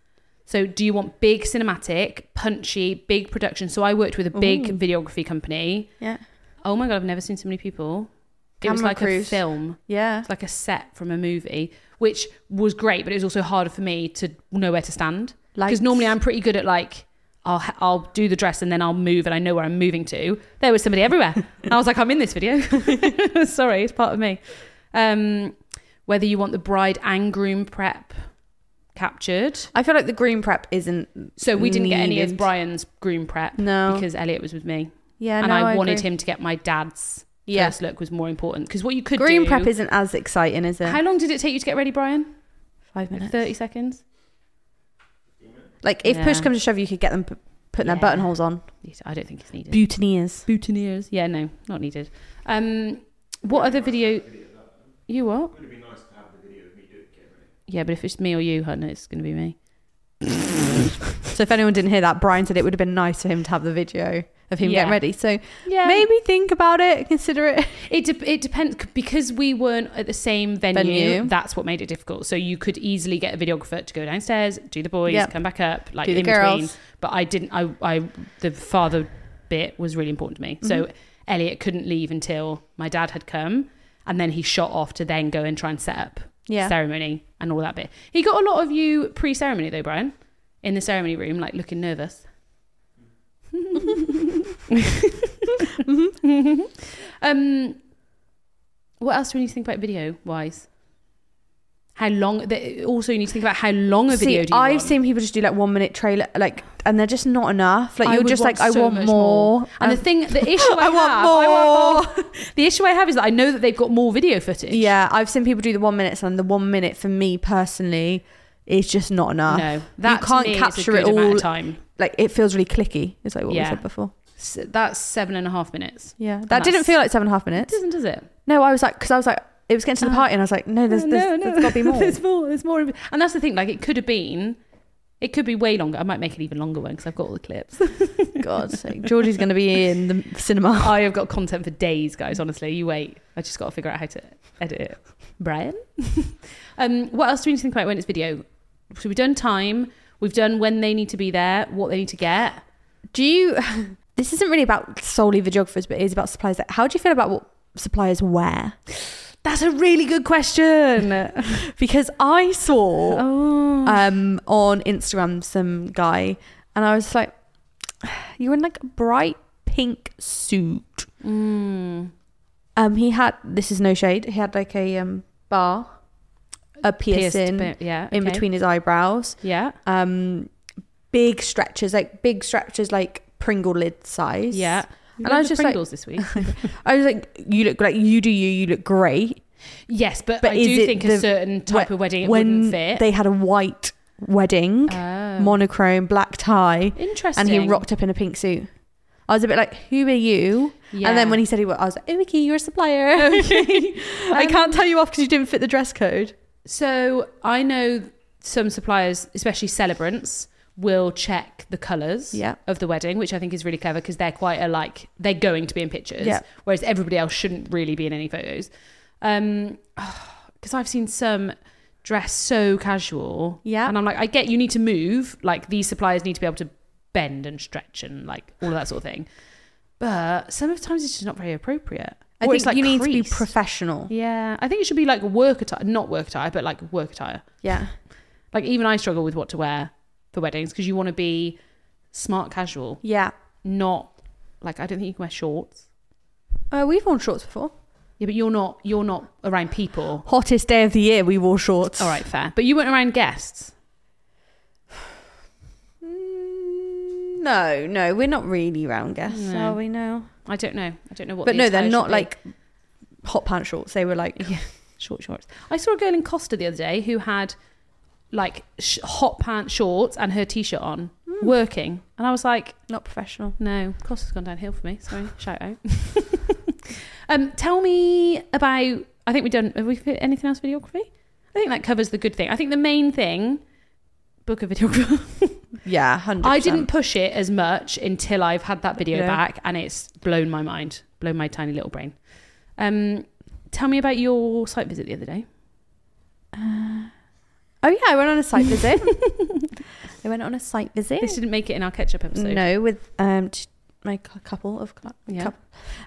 B: So, do you want big cinematic, punchy, big production? So, I worked with a big
C: Ooh.
B: videography company.
C: Yeah.
B: Oh my god, I've never seen so many people. It was
C: Camera
B: like
C: crews.
B: a film,
C: Yeah.
B: It's like a set from a movie, which was great, but it was also harder for me to know where to stand because normally I'm pretty good at like I'll ha- I'll do the dress and then I'll move and I know where I'm moving to. There was somebody everywhere. I was like, I'm in this video. Sorry, it's part of me. Um, whether you want the bride and groom prep captured,
C: I feel like the green prep isn't.
B: so we didn't get any of
C: Needed.
B: Brian's groom prep
C: No.
B: because Elliot was with me,
C: yeah,
B: and
C: no,
B: I, wanted
C: agree.
B: him to get my dad's
C: Yeah.
B: first look was more important because what you could
C: Green
B: do-
C: prep isn't as exciting, is it?
B: How long did it take you to get ready, Brian?
C: Five minutes.
B: Thirty seconds.
C: Like, if push
B: Yeah.
C: comes to shove, you could get them p- putting
B: Yeah.
C: their buttonholes on.
B: I don't think it's needed.
C: Boutonnieres.
B: Boutonnieres. Yeah, no, not needed. Um, what other video? You what? Yeah, but if it's me or you, hun, it's going to be me.
C: So, if anyone didn't hear that, Brian said it would have been nice for him to have the video of him
B: Yeah.
C: getting ready. So,
B: Yeah,
C: maybe think about it, consider it.
B: it de- it depends c- because we weren't at the same venue,
C: Venue.
B: That's what made it difficult. So you could easily get a videographer to go downstairs, do the boys,
C: Yep.
B: come back up, like
C: Do the
B: in between.
C: girls.
B: But I didn't. I I the father bit was really important to me. So
C: Mm-hmm.
B: Elliot couldn't leave until my dad had come, and then he shot off to then go and try and set up
C: Yeah.
B: ceremony and all that bit. He got a lot of you pre ceremony though, Brian, in the ceremony room, like looking nervous. um, what else do we need to think about video wise? How long? The, also, you need to think about how long a video.
C: See,
B: do you
C: I've
B: want.
C: seen people just do like one minute trailer, like, and they're just not enough. Like
B: I
C: you're
B: would
C: just
B: want
C: like, I
B: so
C: want
B: much
C: more. Um,
B: more. And the thing, the issue I,
C: I want
B: have, I want more. The issue I have is that I know that they've got more video footage.
C: yeah, I've seen people do the one minutes, and the one minute for me personally is just not enough.
B: no, that to
C: can't
B: me is a
C: capture
B: good
C: it
B: amount of
C: all.
B: Time
C: Like it feels really clicky. Is like what
B: Yeah.
C: we said before.
B: S- that's seven and a half minutes.
C: Yeah, that
B: that's-
C: didn't feel like seven and a half
B: It
C: minutes.
B: doesn't, does it?
C: No, I was like, because I was like, it was getting to the
B: Oh.
C: party, and I was like, no, there's,
B: Oh,
C: there's,
B: no, no.
C: there's got to be more.
B: there's more. There's more. And that's the thing. Like, it could have been. It could be way longer. I might make an even longer one because I've got all the clips.
C: God's sake, Georgie's going to be in the cinema.
B: I have got content for days, guys. Honestly, you wait. I just got to figure out how to edit it. Brian, um, what else do we need to think about when it's video? So we've done time. We've done when they need to be there, what they need to get.
C: Do you? This isn't really about solely videographers, but it is about suppliers. How do you feel about what suppliers wear?
B: That's a really good question.
C: because I saw
B: oh,
C: um, on Instagram some guy, and I was like, "You're in like a bright pink suit."
B: Mm.
C: Um, he had this is no shade. He had like a um bar, a
B: Pierced
C: piercing
B: bit, yeah,
C: in
B: okay.
C: between his eyebrows.
B: Yeah,
C: Um, big stretchers, like big stretchers, like Pringle lid size.
B: yeah. You
C: And
B: and
C: I
B: I
C: was
B: just
C: just like-
B: Pringles this week.
C: I was like, you look like you do you. You look great.
B: Yes, but, I
C: But is
B: do
C: it
B: think
C: the-
B: a certain type
C: whe-
B: of wedding it
C: when
B: wouldn't fit.
C: they had a white wedding,
B: Oh.
C: monochrome, black tie,
B: Interesting.
C: and he rocked up in a pink suit. I was a bit like, who are you? And then when he said he was, I was like, oh, Vicky, you're a supplier. Um,
A: I can't tell you off because you didn't fit the dress code.
B: So I know some suppliers, especially celebrants, will check the colours
C: Yeah.
B: of the wedding, which I think is really clever because they're quite a like they're going to be in pictures,
C: Yeah.
B: whereas everybody else shouldn't really be in any photos. Um, because I've seen some dress so casual,
C: Yeah.
B: and I'm like, I get you need to move, like these suppliers need to be able to bend and stretch and like all of that sort of thing, but sometimes it's just not very appropriate.
C: I
B: Or it's,
C: think you need to be
B: creased.
C: professional.
B: Yeah, I think it should be like work attire, not work attire, but like work attire.
C: Yeah.
B: Like even I struggle with what to wear for weddings because you want to be smart casual,
C: Yeah.
B: not like I don't think you can wear shorts.
C: Uh, we've worn shorts before.
B: Yeah, but you're not you're not around people.
C: Hottest day of the year, we wore shorts.
B: All right, fair. But you weren't around guests.
C: Mm, No, no, we're not really round guests,
B: No.
C: are we? No.
B: Hmm. I don't know. I don't know what.
C: but
B: the
C: no, they're
B: attire should
C: not
B: be.
C: like hot pants shorts. They were like,
B: short shorts. I saw a girl in Costa the other day who had like sh- hot pants, shorts, and her t-shirt on, working, and I was like,
C: not professional.
B: No, cost has gone downhill for me. Sorry, shout out. um, tell me about. I think we done. Have we fit anything else? Videography. I think that covers the good thing. I think the main thing. Book a videographer.
C: Yeah, 100
B: I didn't push it as much until I've had that video
C: Yeah.
B: back, and it's blown my mind, blown my tiny little brain. Um, tell me about your site visit the other day.
C: Oh yeah, I went on a site visit. I went on a site visit.
B: This didn't make it in our catch-up episode.
C: Eh. no, with um t- my cou- couple of cou-
B: Yeah.
C: couple.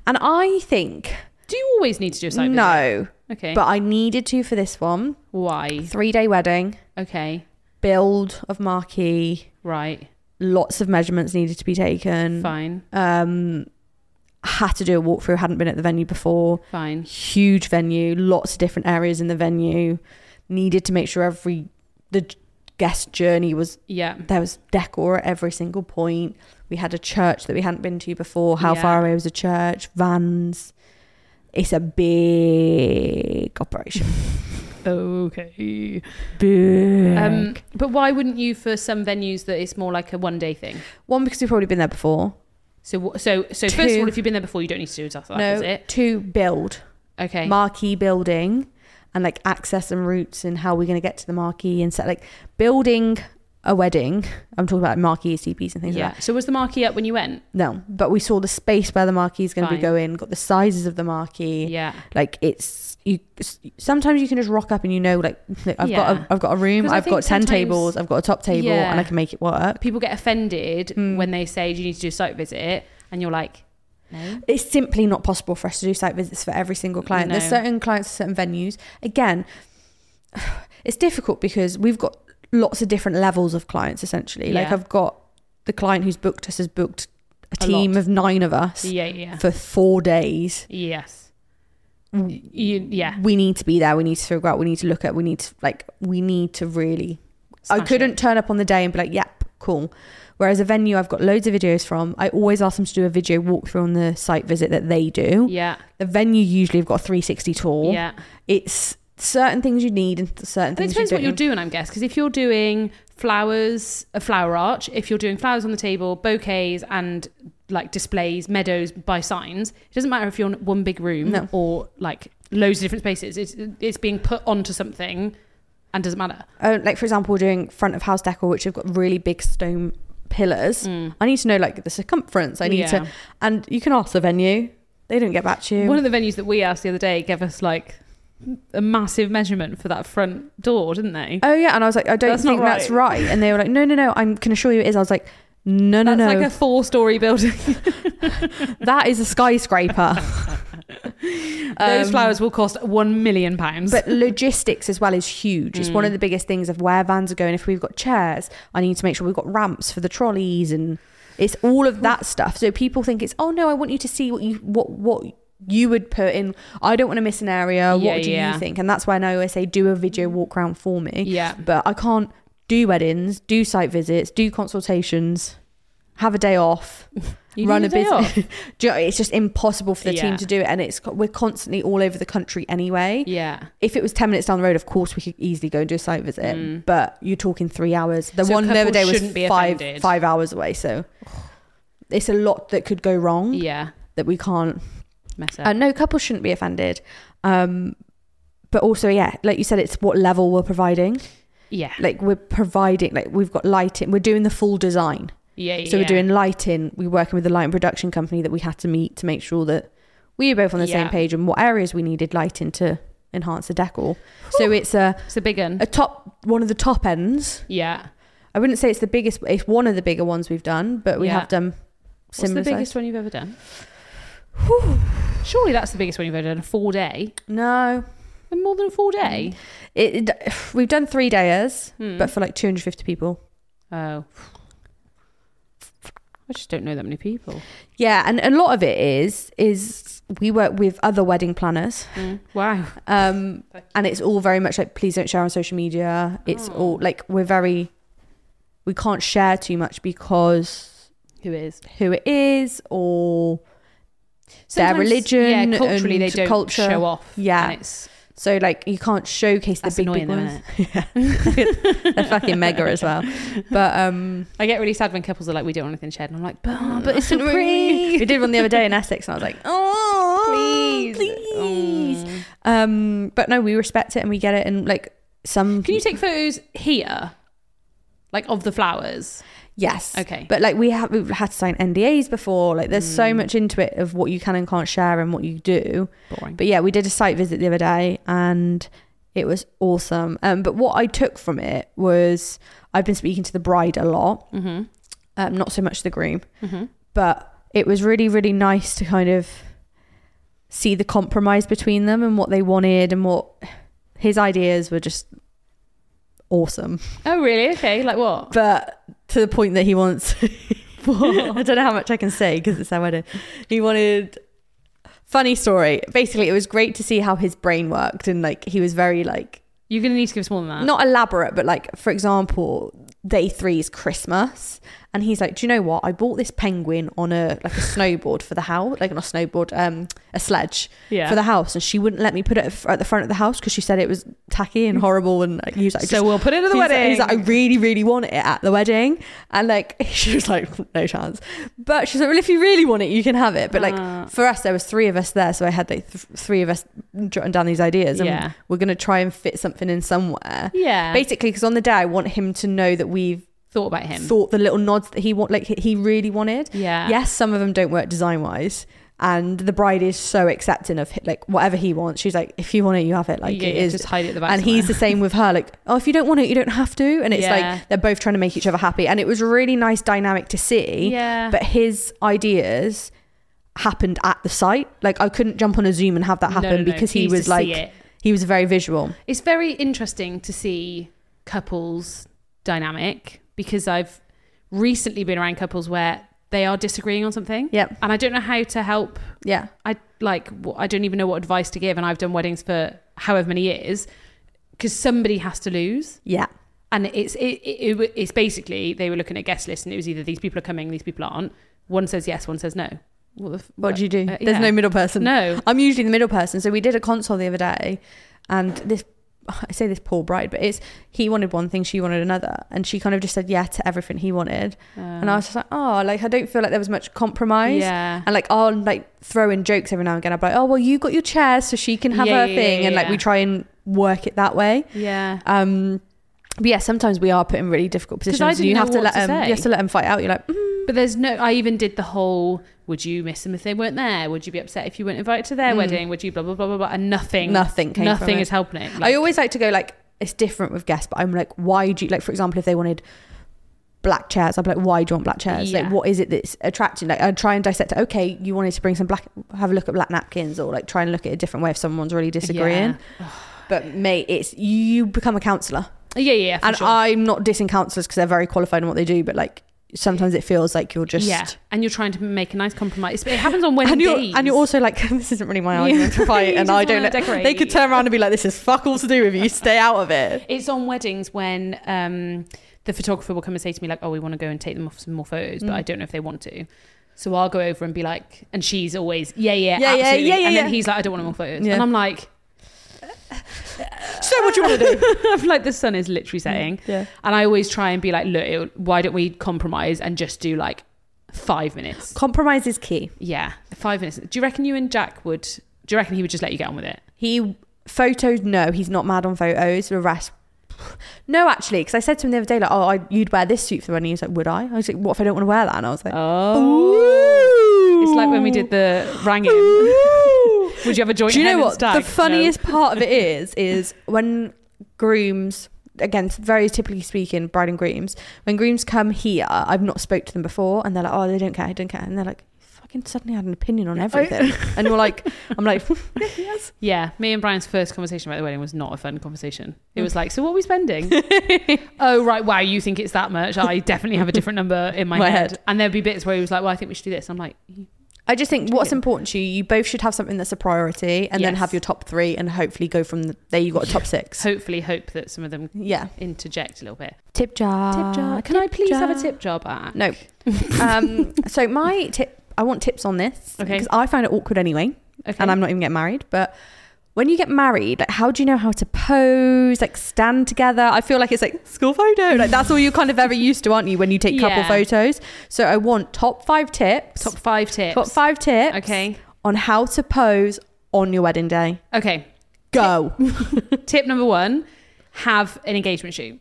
C: and I think
B: Do you always need to do a site visit?
C: no,
B: No. Okay.
C: but I needed to for this one.
B: Why?
C: Three day wedding,
B: Okay.
C: build of marquee,
B: Right.
C: lots of measurements needed to be taken.
B: Fine.
C: Um, had to do a walkthrough. Hadn't been at the venue before.
B: Fine.
C: Huge venue, lots of different areas in the venue. Needed to make sure every the j- guest journey was
B: Yeah.
C: there was decor at every single point. We had a church that we hadn't been to before. How
B: Yeah.
C: far away was a church? Vans. It's a big operation.
B: Okay.
C: big.
B: Um, but why wouldn't you for some venues that it's more like a one day thing?
C: One because we've probably been there before.
B: So wh- so so first of
C: Two.
B: all, if you've been there before, you don't need to do that. No. Is
C: no,
B: it?
C: two build
B: Okay.
C: marquee building and like access and routes and how we're going to get to the marquee and set like building a wedding. I'm talking about marquee CPs and things like
B: yeah.
C: that.
B: So was the marquee up when you went?
C: No, but we saw the space where the marquee is going to be
B: Fine.
C: going. Got the sizes of the marquee.
B: Yeah.
C: like it's you sometimes you can just rock up and you know like, like, i've got
B: Yeah.
C: a, i've got a room
B: 'Cause I
C: i've
B: think
C: got 10
B: sometimes-
C: tables i've got a top table
B: Yeah.
C: and i can make it work
B: People get offended
C: Mm.
B: when they say "Do you need to do a site visit, and you're like, no.
C: it's simply not possible for us to do site visits for every single client there's
B: No.
C: certain clients certain venues again it's difficult because we've got lots of different levels of clients essentially like
B: Yeah.
C: i've got the client who's booked us has booked a
B: A
C: team
B: lot.
C: of nine of us
B: Yeah. Yeah.
C: for four days
B: Yes.
C: Mm.
B: You, yeah.
C: we need to be there we need to figure out we need to look at we need to like we need to really I
B: Smash
C: couldn't
B: it.
C: turn up on the day and be like, yep, cool. Whereas a venue I've got loads of videos from, I always ask them to do a video walkthrough on the site visit that they do.
B: Yeah.
C: The venue usually have got a 360 tour.
B: Yeah.
C: It's certain things you need and certain
B: And it
C: things
B: depends
C: you
B: what
C: don't.
B: you're doing, I'm guessing. Because if you're doing flowers, a flower arch, if you're doing flowers on the table, bouquets, and like displays, meadows by signs, it doesn't matter if you're in one big room
C: No.
B: or like loads of different spaces. It's it's being put onto something, and doesn't matter.
C: Oh, like, for example, we're doing front of house decor, which have got really big stone pillars.
B: Mm.
C: I need to know, like, the circumference. I need to. And you can ask the venue. They don't get back to you.
B: One of the venues that we asked the other day gave us like a massive measurement for that front door, didn't they?
C: oh, yeah. And I was like, I don't
B: That's not
C: think that's right. And they were like, no, no, no. I can assure you it is. I was like, no, no,
B: That's
C: no.
B: like a four-story building.
C: that is a skyscraper.
B: Those
C: Um,
B: flowers will cost one million pounds.
C: But logistics as well is huge. It's one
B: Mm.
C: of the biggest things of where vans are going. If we've got chairs, I need to make sure we've got ramps for the trolleys and it's all of that stuff. So people think it's oh no, I want you to see what you what what you would put in. I don't want to miss an area.
B: Yeah,
C: what do
B: yeah. Mm.
C: you think? And that's why I always say do a video walk around for me.
B: yeah.
C: But I can't do weddings, do site visits, do consultations, have a day off,
B: You
C: run
B: need a
C: a
B: day
C: business.
B: off.
C: Do you know, it's just impossible for the
B: Yeah.
C: team to do it, and it's we're constantly all over the country anyway.
B: Yeah.
C: If it was ten minutes down the road, of course we could easily go and do a site visit. But you're talking three hours. The
B: Mm. So
C: one the other
B: couples
C: day was
B: shouldn't be
C: five
B: offended.
C: five hours away, so it's a lot that could go wrong
B: Yeah.
C: that we can't.
B: Mess up.
C: Uh, no, couples shouldn't be offended. Um, but also, yeah, like you said, it's what level we're providing.
B: yeah.
C: Like we're providing, like we've got lighting. We're doing the full design.
B: Yeah.
C: So
B: yeah.
C: we're doing lighting. We're working with the lighting production company that we had to meet to make sure that we were both on the same
B: Yeah.
C: page and what areas we needed lighting to enhance the decor. So it's a,
B: It's a big one.
C: a top one of the top ends.
B: Yeah.
C: I wouldn't say it's the biggest. It's one of the bigger ones we've done, but we
B: Yeah.
C: have done
B: What's
C: similar.
B: the biggest
C: size.
B: one you've ever done? Surely that's the biggest one you've ever done. A four day.
C: No,
B: More than a four day.
C: it, it- we've done three dayers,
B: Hmm.
C: but for like 250 people.
B: Oh. I just don't know that many people.
C: Yeah, and a lot of it is is we work with other wedding planners.
B: Mm. Wow.
C: um
B: Thank you.
C: and it's all very much like please don't share on social media it's
B: Oh.
C: all like we're very we can't share too much because
B: Who is?
C: who it is or
B: Sometimes,
C: religion
B: Yeah, culturally
C: and
B: they don't
C: culture.
B: show off.
C: Yeah.
B: And it's
C: so like you can't showcase
B: that's
C: the big,
B: annoying,
C: big
B: though,
C: ones
B: isn't it?
C: they're fucking mega as well but um
B: I get really sad when couples are like, we don't want anything shared. And I'm like, but, oh, but it's so
C: we-
B: pretty.
C: we did one the other day in essex and i was like oh please please
B: Mm.
C: um but no we respect it and we get it and like some
B: Can you take photos here? Like of the flowers?
C: Yes.
B: Okay.
C: But like we have we've had to sign NDAs before. Like there's so much into it of what you can and can't share and what you do.
B: Boring.
C: But yeah, we did a site visit the other day and it was awesome. Um, but what I took from it was I've been speaking to the bride a lot,
B: Mm-hmm.
C: um, not so much the groom,
B: Mm-hmm.
C: but it was really really nice to kind of see the compromise between them and what they wanted and what his ideas were just awesome
B: Oh, really? Okay. Like what?
C: but to the point that he wants. I don't know how much I can say because it's our wedding. He wanted. Funny story. Basically, it was great to see how his brain worked, and like he was very like
B: You're going to need to give us more than that.
C: not elaborate, but like for example, day three is Christmas, and he's like, "Do you know what? I bought this penguin on a like a snowboard for the house, like not a snowboard, um, a sledge
B: yeah.
C: for the house, and she wouldn't let me put it at f- at the front of the house because she said it was tacky and horrible, and like, he was like,
B: so we'll put it at the
C: he's like-
B: wedding.
C: he's like, I really, really want it at the wedding. And like, she was like, no chance. But she's like, well, if you really want it, you can have it. But like,
B: Ah.
C: for us, there was three of us there. So I had like th- three of us jotting down these ideas. And
B: Yeah.
C: we're going to try and fit something in somewhere.
B: yeah.
C: Basically, because on the day, I want him to know that we've
B: thought about him.
C: thought the little nods that he want, like he really wanted.
B: yeah.
C: Yes, some of them don't work design wise. And the bride is so accepting of like whatever he wants. She's like, if you want it, you have it. Like
B: yeah,
C: it
B: yeah,
C: is
B: Just hide it at the back.
C: and he's the same with her like oh if you don't want it you don't have to and it's
B: Yeah.
C: like they're both trying to make each other happy and it was a really nice dynamic to see
B: Yeah.
C: but his ideas happened at the site like i couldn't jump on a zoom and have that
B: No,
C: happen
B: no, no.
C: because he
B: Needs to
C: was
B: see
C: like
B: it.
C: he was very visual
B: It's very interesting to see couples dynamic because I've recently been around couples where they are disagreeing on something.
C: Yep.
B: And I don't know how to help.
C: yeah
B: I like wh- I don't even know what advice to give and I've done weddings for however many years because somebody has to lose.
C: yeah
B: And it's it, it, it wa- it's basically they were looking at guest lists and it was either these people are coming, these people aren't. One says yes, one says no. What the f-
C: what do you do
B: uh,
C: there's
B: yeah.
C: no middle person
B: No.
C: i'm usually the middle person so we did a console the other day and this I say this poor bride, but it's he wanted one thing, she wanted another, and she kind of just said yeah to everything he wanted,
B: Uh,
C: and I was just like, oh, like I don't feel like there was much compromise.
B: yeah.
C: and like I'll like throw in jokes every now and again. I'm like, oh well, you got your chair, so she can have
B: Yeah,
C: her
B: yeah,
C: thing,
B: yeah,
C: and like
B: yeah.
C: we try and work it that way.
B: Yeah.
C: Um, but yeah, sometimes we are put in really difficult
B: 'Cause
C: positions.
B: I
C: and
B: didn't
C: you
B: know
C: have to
B: what
C: let
B: to
C: them.
B: say.
C: You have to let them fight out. You're like, mm,
B: But there's no. I even did the whole. Would you miss them if they weren't there? Would you be upset if you weren't invited to their
C: Mm.
B: wedding? Would you blah blah blah blah blah? And nothing.
C: nothing. Came from
B: nothing
C: it.
B: is helping. It.
C: I always like to go like it's different with guests, but I'm like, why do you like? For example, if they wanted black chairs, I'd be like, why do you want black chairs?
B: Yeah.
C: Like, what is it that's attracting? Like, I try and dissect. it. Okay, you wanted to bring some black. Have a look at black napkins, or like try and look at a different way if someone's really disagreeing. But mate, it's you become a counsellor.
B: Yeah, yeah. yeah for
C: and
B: sure.
C: I'm not dissing counsellors because they're very qualified in what they do, but like sometimes it feels like you're just
B: yeah, and you're trying to make a nice compromise. But it happens on Wednesdays.
C: And you're, and you're also like, this isn't really my
B: Yeah.
C: argument to fight,
B: You
C: and
B: just
C: I don't.
B: wanna
C: know.
B: decorate.
C: They could turn around and be like, "This is fuck all to do with you. Stay out of it."
B: It's on weddings when
C: Mm.
B: um, the photographer will come and say to me like, "Oh, we want to go and take them off some more photos, but I don't know if they want to." So I'll go over and be like, and she's always, yeah, yeah,
A: Yeah, yeah,
B: absolutely.
A: yeah, yeah,
B: and
A: yeah.
B: then he's like, I don't want more photos.
A: Yeah.
B: And I'm like,
A: So what do you want to do?
B: I'm like, the sun is literally setting.
A: yeah.
B: And I always try and be like, look, it, why don't we compromise and just do like five minutes?
C: Compromise is key.
B: Yeah, five minutes. Do you reckon you and Jack would? Do you reckon he would just let you get on with it?
C: He photos. No, he's not mad on photos. The rest. No, actually, because I said to him the other day, like, oh, I, you'd wear this suit for the wedding. He was like, would I? I was like, what if I don't want to wear that? And I was like,
B: Oh, it's like when we did the ranging. would you have a joint?
C: Do you
B: hen
C: know
B: and
C: what
B: stag?
C: the
B: No.
C: funniest part of it is? Is when grooms, again, very typically speaking, bride and grooms, when grooms come here, I've not spoke to them before, and they're like, "Oh, they don't care, I don't care," and they're like, "Fucking suddenly had an opinion on everything," and you're like, "I'm like, yes."
B: Yeah, me and Brian's first conversation about the wedding was not a fun conversation. It
C: Mm.
B: was like, so what are we spending? oh, right, wow, you think it's that much? I definitely have a different number in my,
C: My
B: head.
C: head.
B: And there'd be bits where he was like, well, I think we should do this. I'm like,
C: I just think what's
B: Chicken.
C: important to you, you both should have something that's a priority, and then
B: Yes.
C: have your top three, and hopefully go from the, there. You got a top six.
B: hopefully, hope that some of them
C: yeah,
B: interject a little bit.
C: tip jar.
B: Tip jar. Can I please have a tip jar back?
C: Ah, No. um, so my tip, I want tips on this
B: Okay.
C: because I find it awkward anyway.
B: Okay.
C: and I'm not even getting married. But when you get married, like, how do you know how to pose, like stand together? I feel like it's like school photo. Like that's all you're kind of ever used to, aren't you, when you take couple
B: Yeah.
C: photos? So I want top five tips.
B: top five tips.
C: top five tips.
B: Okay.
C: On how to pose on your wedding day.
B: Okay.
C: Go.
B: Tip number one have an engagement shoot.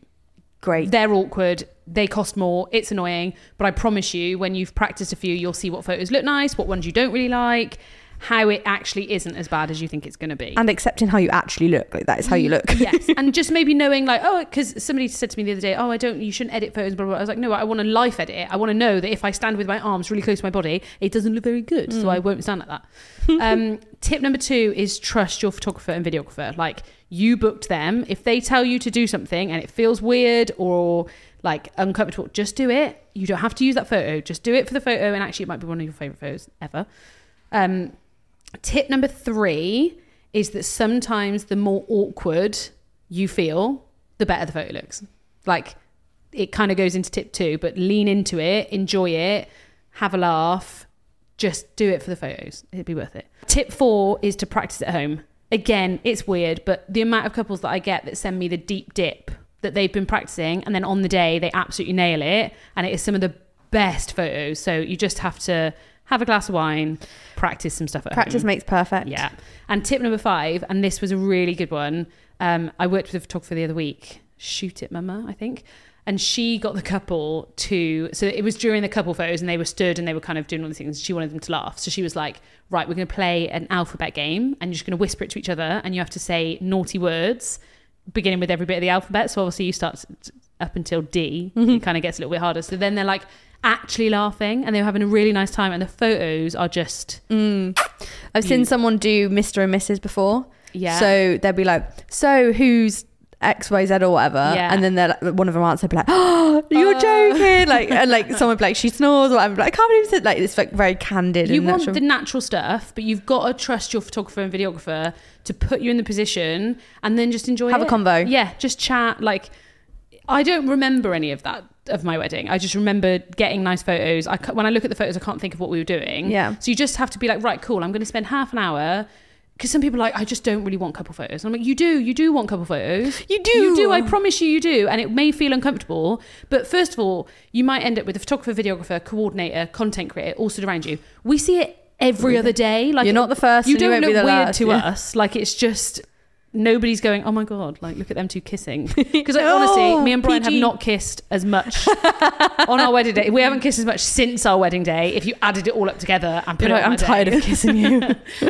C: Great.
B: They're awkward. They cost more. It's annoying. But I promise you, when you've practiced a few, you'll see what photos look nice, what ones you don't really like, how it actually isn't as bad as you think it's going to be.
C: And accepting how you actually look. Like that is how you look.
B: yes. And just maybe knowing, like, oh, because somebody said to me the other day, oh, I don't, you shouldn't edit photos, blah, blah, blah. I was like, no, I want to life edit it. I want to know that if I stand with my arms really close to my body, it doesn't look very good. So I won't stand like that. um, tip number two is trust your photographer and videographer. Like, you booked them. If they tell you to do something and it feels weird or like uncomfortable, just do it. You don't have to use that photo. Just do it for the photo. And actually, it might be one of your favorite photos ever. Um, tip number three is that sometimes the more awkward you feel, the better the photo looks. Like it kind of goes into tip two, but lean into it, enjoy it, have a laugh, just do it for the photos. It'd be worth it. Tip four is to practice at home. Again, it's weird, but the amount of couples that I get that send me the deep dip that they've been practicing, and then on the day they absolutely nail it, and it is some of the best photos. So you just have to have a glass of wine, practice some stuff at home.
C: Practice makes perfect.
B: Yeah. And tip number five, and this was a really good one. Um, I worked with a photographer the other week, Shoot It Mama, I think. And she got the couple to, so it was during the couple photos and they were stood and they were kind of doing all these things. She wanted them to laugh. So she was like, right, we're going to play an alphabet game and you're just going to whisper it to each other and you have to say naughty words beginning with every bit of the alphabet. So obviously you start t- up until D, it kind of gets a little bit harder. So then they're like actually laughing and they were having a really nice time and the photos are just,
C: I've seen someone do Mr. and Mrs. before.
B: yeah.
C: So they'd be like, so who's X, Y, Z or whatever.
B: Yeah.
C: And then they're like, one of them answered be like, oh, you're joking. Like, and like someone would be like, she snores or whatever. Like, I can't believe it's like, it's like very candid.
B: You
C: and
B: want
C: natural.
B: the natural stuff, but you've got to trust your photographer and videographer to put you in the position and then just enjoy
C: Have a
B: it.
C: convo.
B: Yeah, just chat. Like, I don't remember any of that of my wedding. I just remember getting nice photos. I ca- when I look at the photos, I can't think of what we were doing.
C: Yeah.
B: So you just have to be like, right, cool. I'm going to spend half an hour. Because some people are like, I just don't really want couple photos. And I'm like, you do, you do want couple photos.
C: You do.
B: You do. I promise you, you do. And it may feel uncomfortable, but first of all, you might end up with a photographer, videographer, coordinator, content creator all stood around you. We see it every other day. Like
C: You're not the first
B: You
C: and you
B: don't
C: won't
B: look
C: be the
B: weird
C: last,
B: to
C: yeah.
B: us. Like it's just nobody's going. Oh my god! Like look at them two kissing. Because like,
C: No,
B: honestly, me and Brian
C: PG.
B: have not kissed as much on our wedding day. We haven't kissed as much since our wedding day. If you added it all up together and put
C: You're
B: it,
C: like,
B: on
C: I'm
B: my day."
C: tired of kissing you.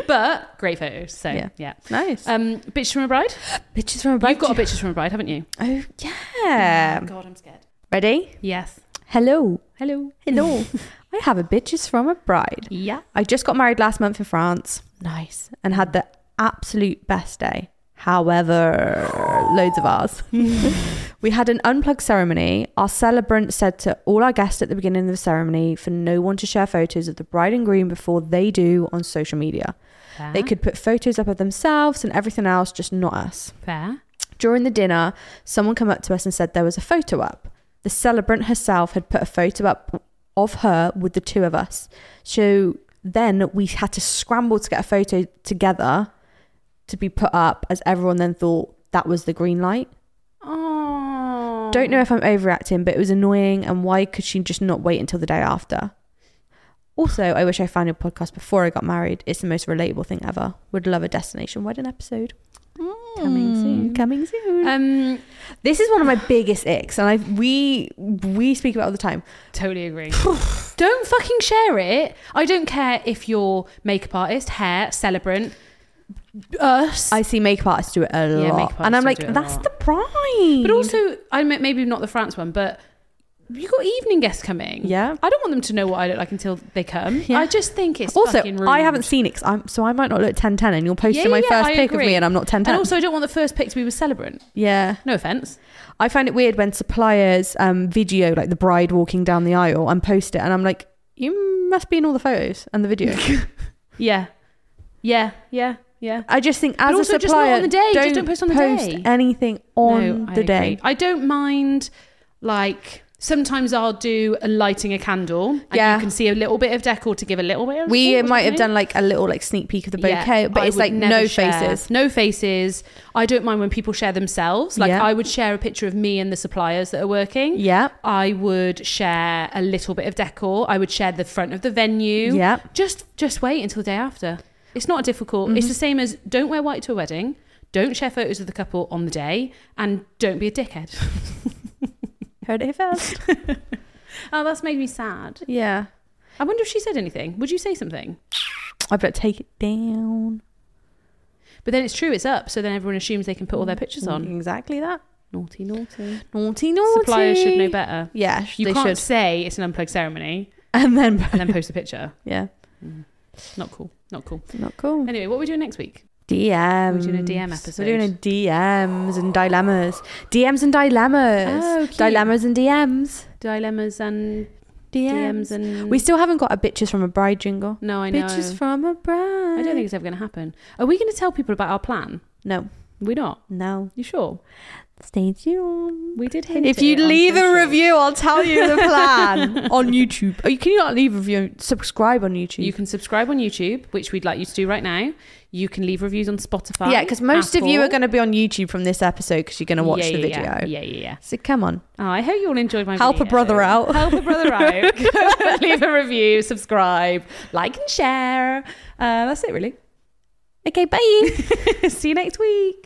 B: but great photos. So
C: Yeah.
B: yeah.
C: nice.
B: Um, bitch from a bride.
C: Bitches from a bride.
B: You've got a bitches from a bride, haven't you?
C: Oh, yeah.
B: God, I'm scared.
C: Ready?
B: Yes.
C: Hello.
B: Hello.
C: Hello. I have a bitches from a bride.
B: Yeah.
C: I just got married last month in France. Nice. And had the absolute best day. However, loads of ours. we had an unplugged ceremony. Our celebrant said to all our guests at the beginning of the ceremony for no one to share photos of the bride and groom before they do on social media.
B: Fair.
C: They could put photos up of themselves and everything else, just not us.
B: Fair.
C: During the dinner, someone came up to us and said there was a photo up. The celebrant herself had put a photo up of her with the two of us. So then we had to scramble to get a photo together to be put up as everyone then thought that was the green light.
B: Oh.
C: Don't know if I'm overacting, but it was annoying. And why could she just not wait until the day after? Also, I wish I found your podcast before I got married. It's the most relatable thing ever. Would love a destination wedding episode. Coming soon. Coming soon.
B: Um,
C: this is one of my biggest icks, and I we we speak about it all the time.
B: totally agree. don't fucking share it. I don't care if you're makeup artist, hair, celebrant, us.
C: I see makeup artists do it a
B: Yeah,
C: lot,
B: makeup
C: and I'm like,
B: artists do it a
C: that's
B: lot.
C: the prize.
B: but also, I mean, maybe not the France one, but you got evening guests coming.
C: yeah.
B: I don't want them to know what I look like until they come.
C: Yeah.
B: I just think it's
C: Also,
B: fucking rude.
C: I haven't seen it, 'cause I'm, so I might not look 10 10 and you'll post
B: Yeah,
C: in my
B: yeah,
C: first
B: I
C: pic of
B: agree.
C: me and I'm not 10
B: And also, I don't want the first pick to be with celebrant.
C: yeah.
B: No offense.
C: I find it weird when suppliers um, video like the bride walking down the aisle and post it, and I'm like, you must be in all the photos and the video.
B: Yeah, yeah, yeah, yeah.
C: I just think as
B: But also
C: a supplier,
B: just not on the day,
C: Don't
B: just don't post on the
C: post
B: day.
C: anything on
B: No, I
C: the day.
B: agree. I don't mind like sometimes I'll do a lighting a candle and
C: Yeah.
B: you can see a little bit of decor to give a little bit of
C: We
B: thought or
C: might have
B: something.
C: done like a little like sneak peek of the
B: Yeah,
C: bouquet, but
B: I
C: it's
B: would
C: like
B: never
C: no
B: share.
C: faces.
B: No faces. I don't mind when people share themselves. Like
C: Yeah.
B: I would share a picture of me and the suppliers that are working.
C: Yeah,
B: I would share a little bit of decor. I would share the front of the venue.
C: yeah.
B: Just just wait until the day after. It's not difficult. It's the same as don't wear white to a wedding. Don't share photos of the couple on the day and don't be a dickhead.
C: Heard it first.
B: Oh, that's made me sad.
C: yeah,
B: I wonder if she said anything. Would you say something?
C: I better take it down.
B: But then it's true, it's up. So then everyone assumes they can put all their pictures on.
C: exactly that.
B: Naughty, naughty.
C: Naughty, Mm-hmm. naughty.
B: Suppliers should know better.
C: Yeah, sh-
B: You
C: they
B: can't
C: should.
B: say it's an unplugged ceremony
C: And then,
B: and then post a picture.
C: yeah,
B: Not cool. Not cool.
C: not cool.
B: Anyway, what are we doing next week?
C: DMs.
B: We're doing a DM episode.
C: Um, We're doing a DMs and dilemmas. DMs and dilemmas.
B: Oh, cute.
C: Dilemmas and DMs.
B: Dilemmas and
C: DMs.
B: DMs and.
C: we still haven't got a bitches from a bride jingle.
B: no, I know.
C: Bitches from a bride.
B: I don't think it's ever going to happen. Are we going to tell people about our plan?
C: No,
B: We're not.
C: no.
B: You sure?
C: Stay tuned.
B: We did hint
C: If
B: at
C: you
B: it on
C: leave a
B: social.
C: review, I'll tell you the plan on YouTube. Oh, you can you not leave a review? Subscribe on YouTube.
B: You can subscribe on YouTube, which we'd like you to do right now. You can leave reviews on Spotify.
C: yeah, because most of you are
B: Apple.
C: going to be on YouTube from this episode because you're going to watch
B: Yeah,
C: the video.
B: yeah, Yeah, yeah, yeah. yeah.
C: So come on.
B: Oh, I hope you all enjoyed my
C: Help a
B: video.
C: brother out.
B: Help a brother out. Go Leave a review, subscribe, like and share. Uh, that's it, really.
C: Okay, bye.
B: See you next week.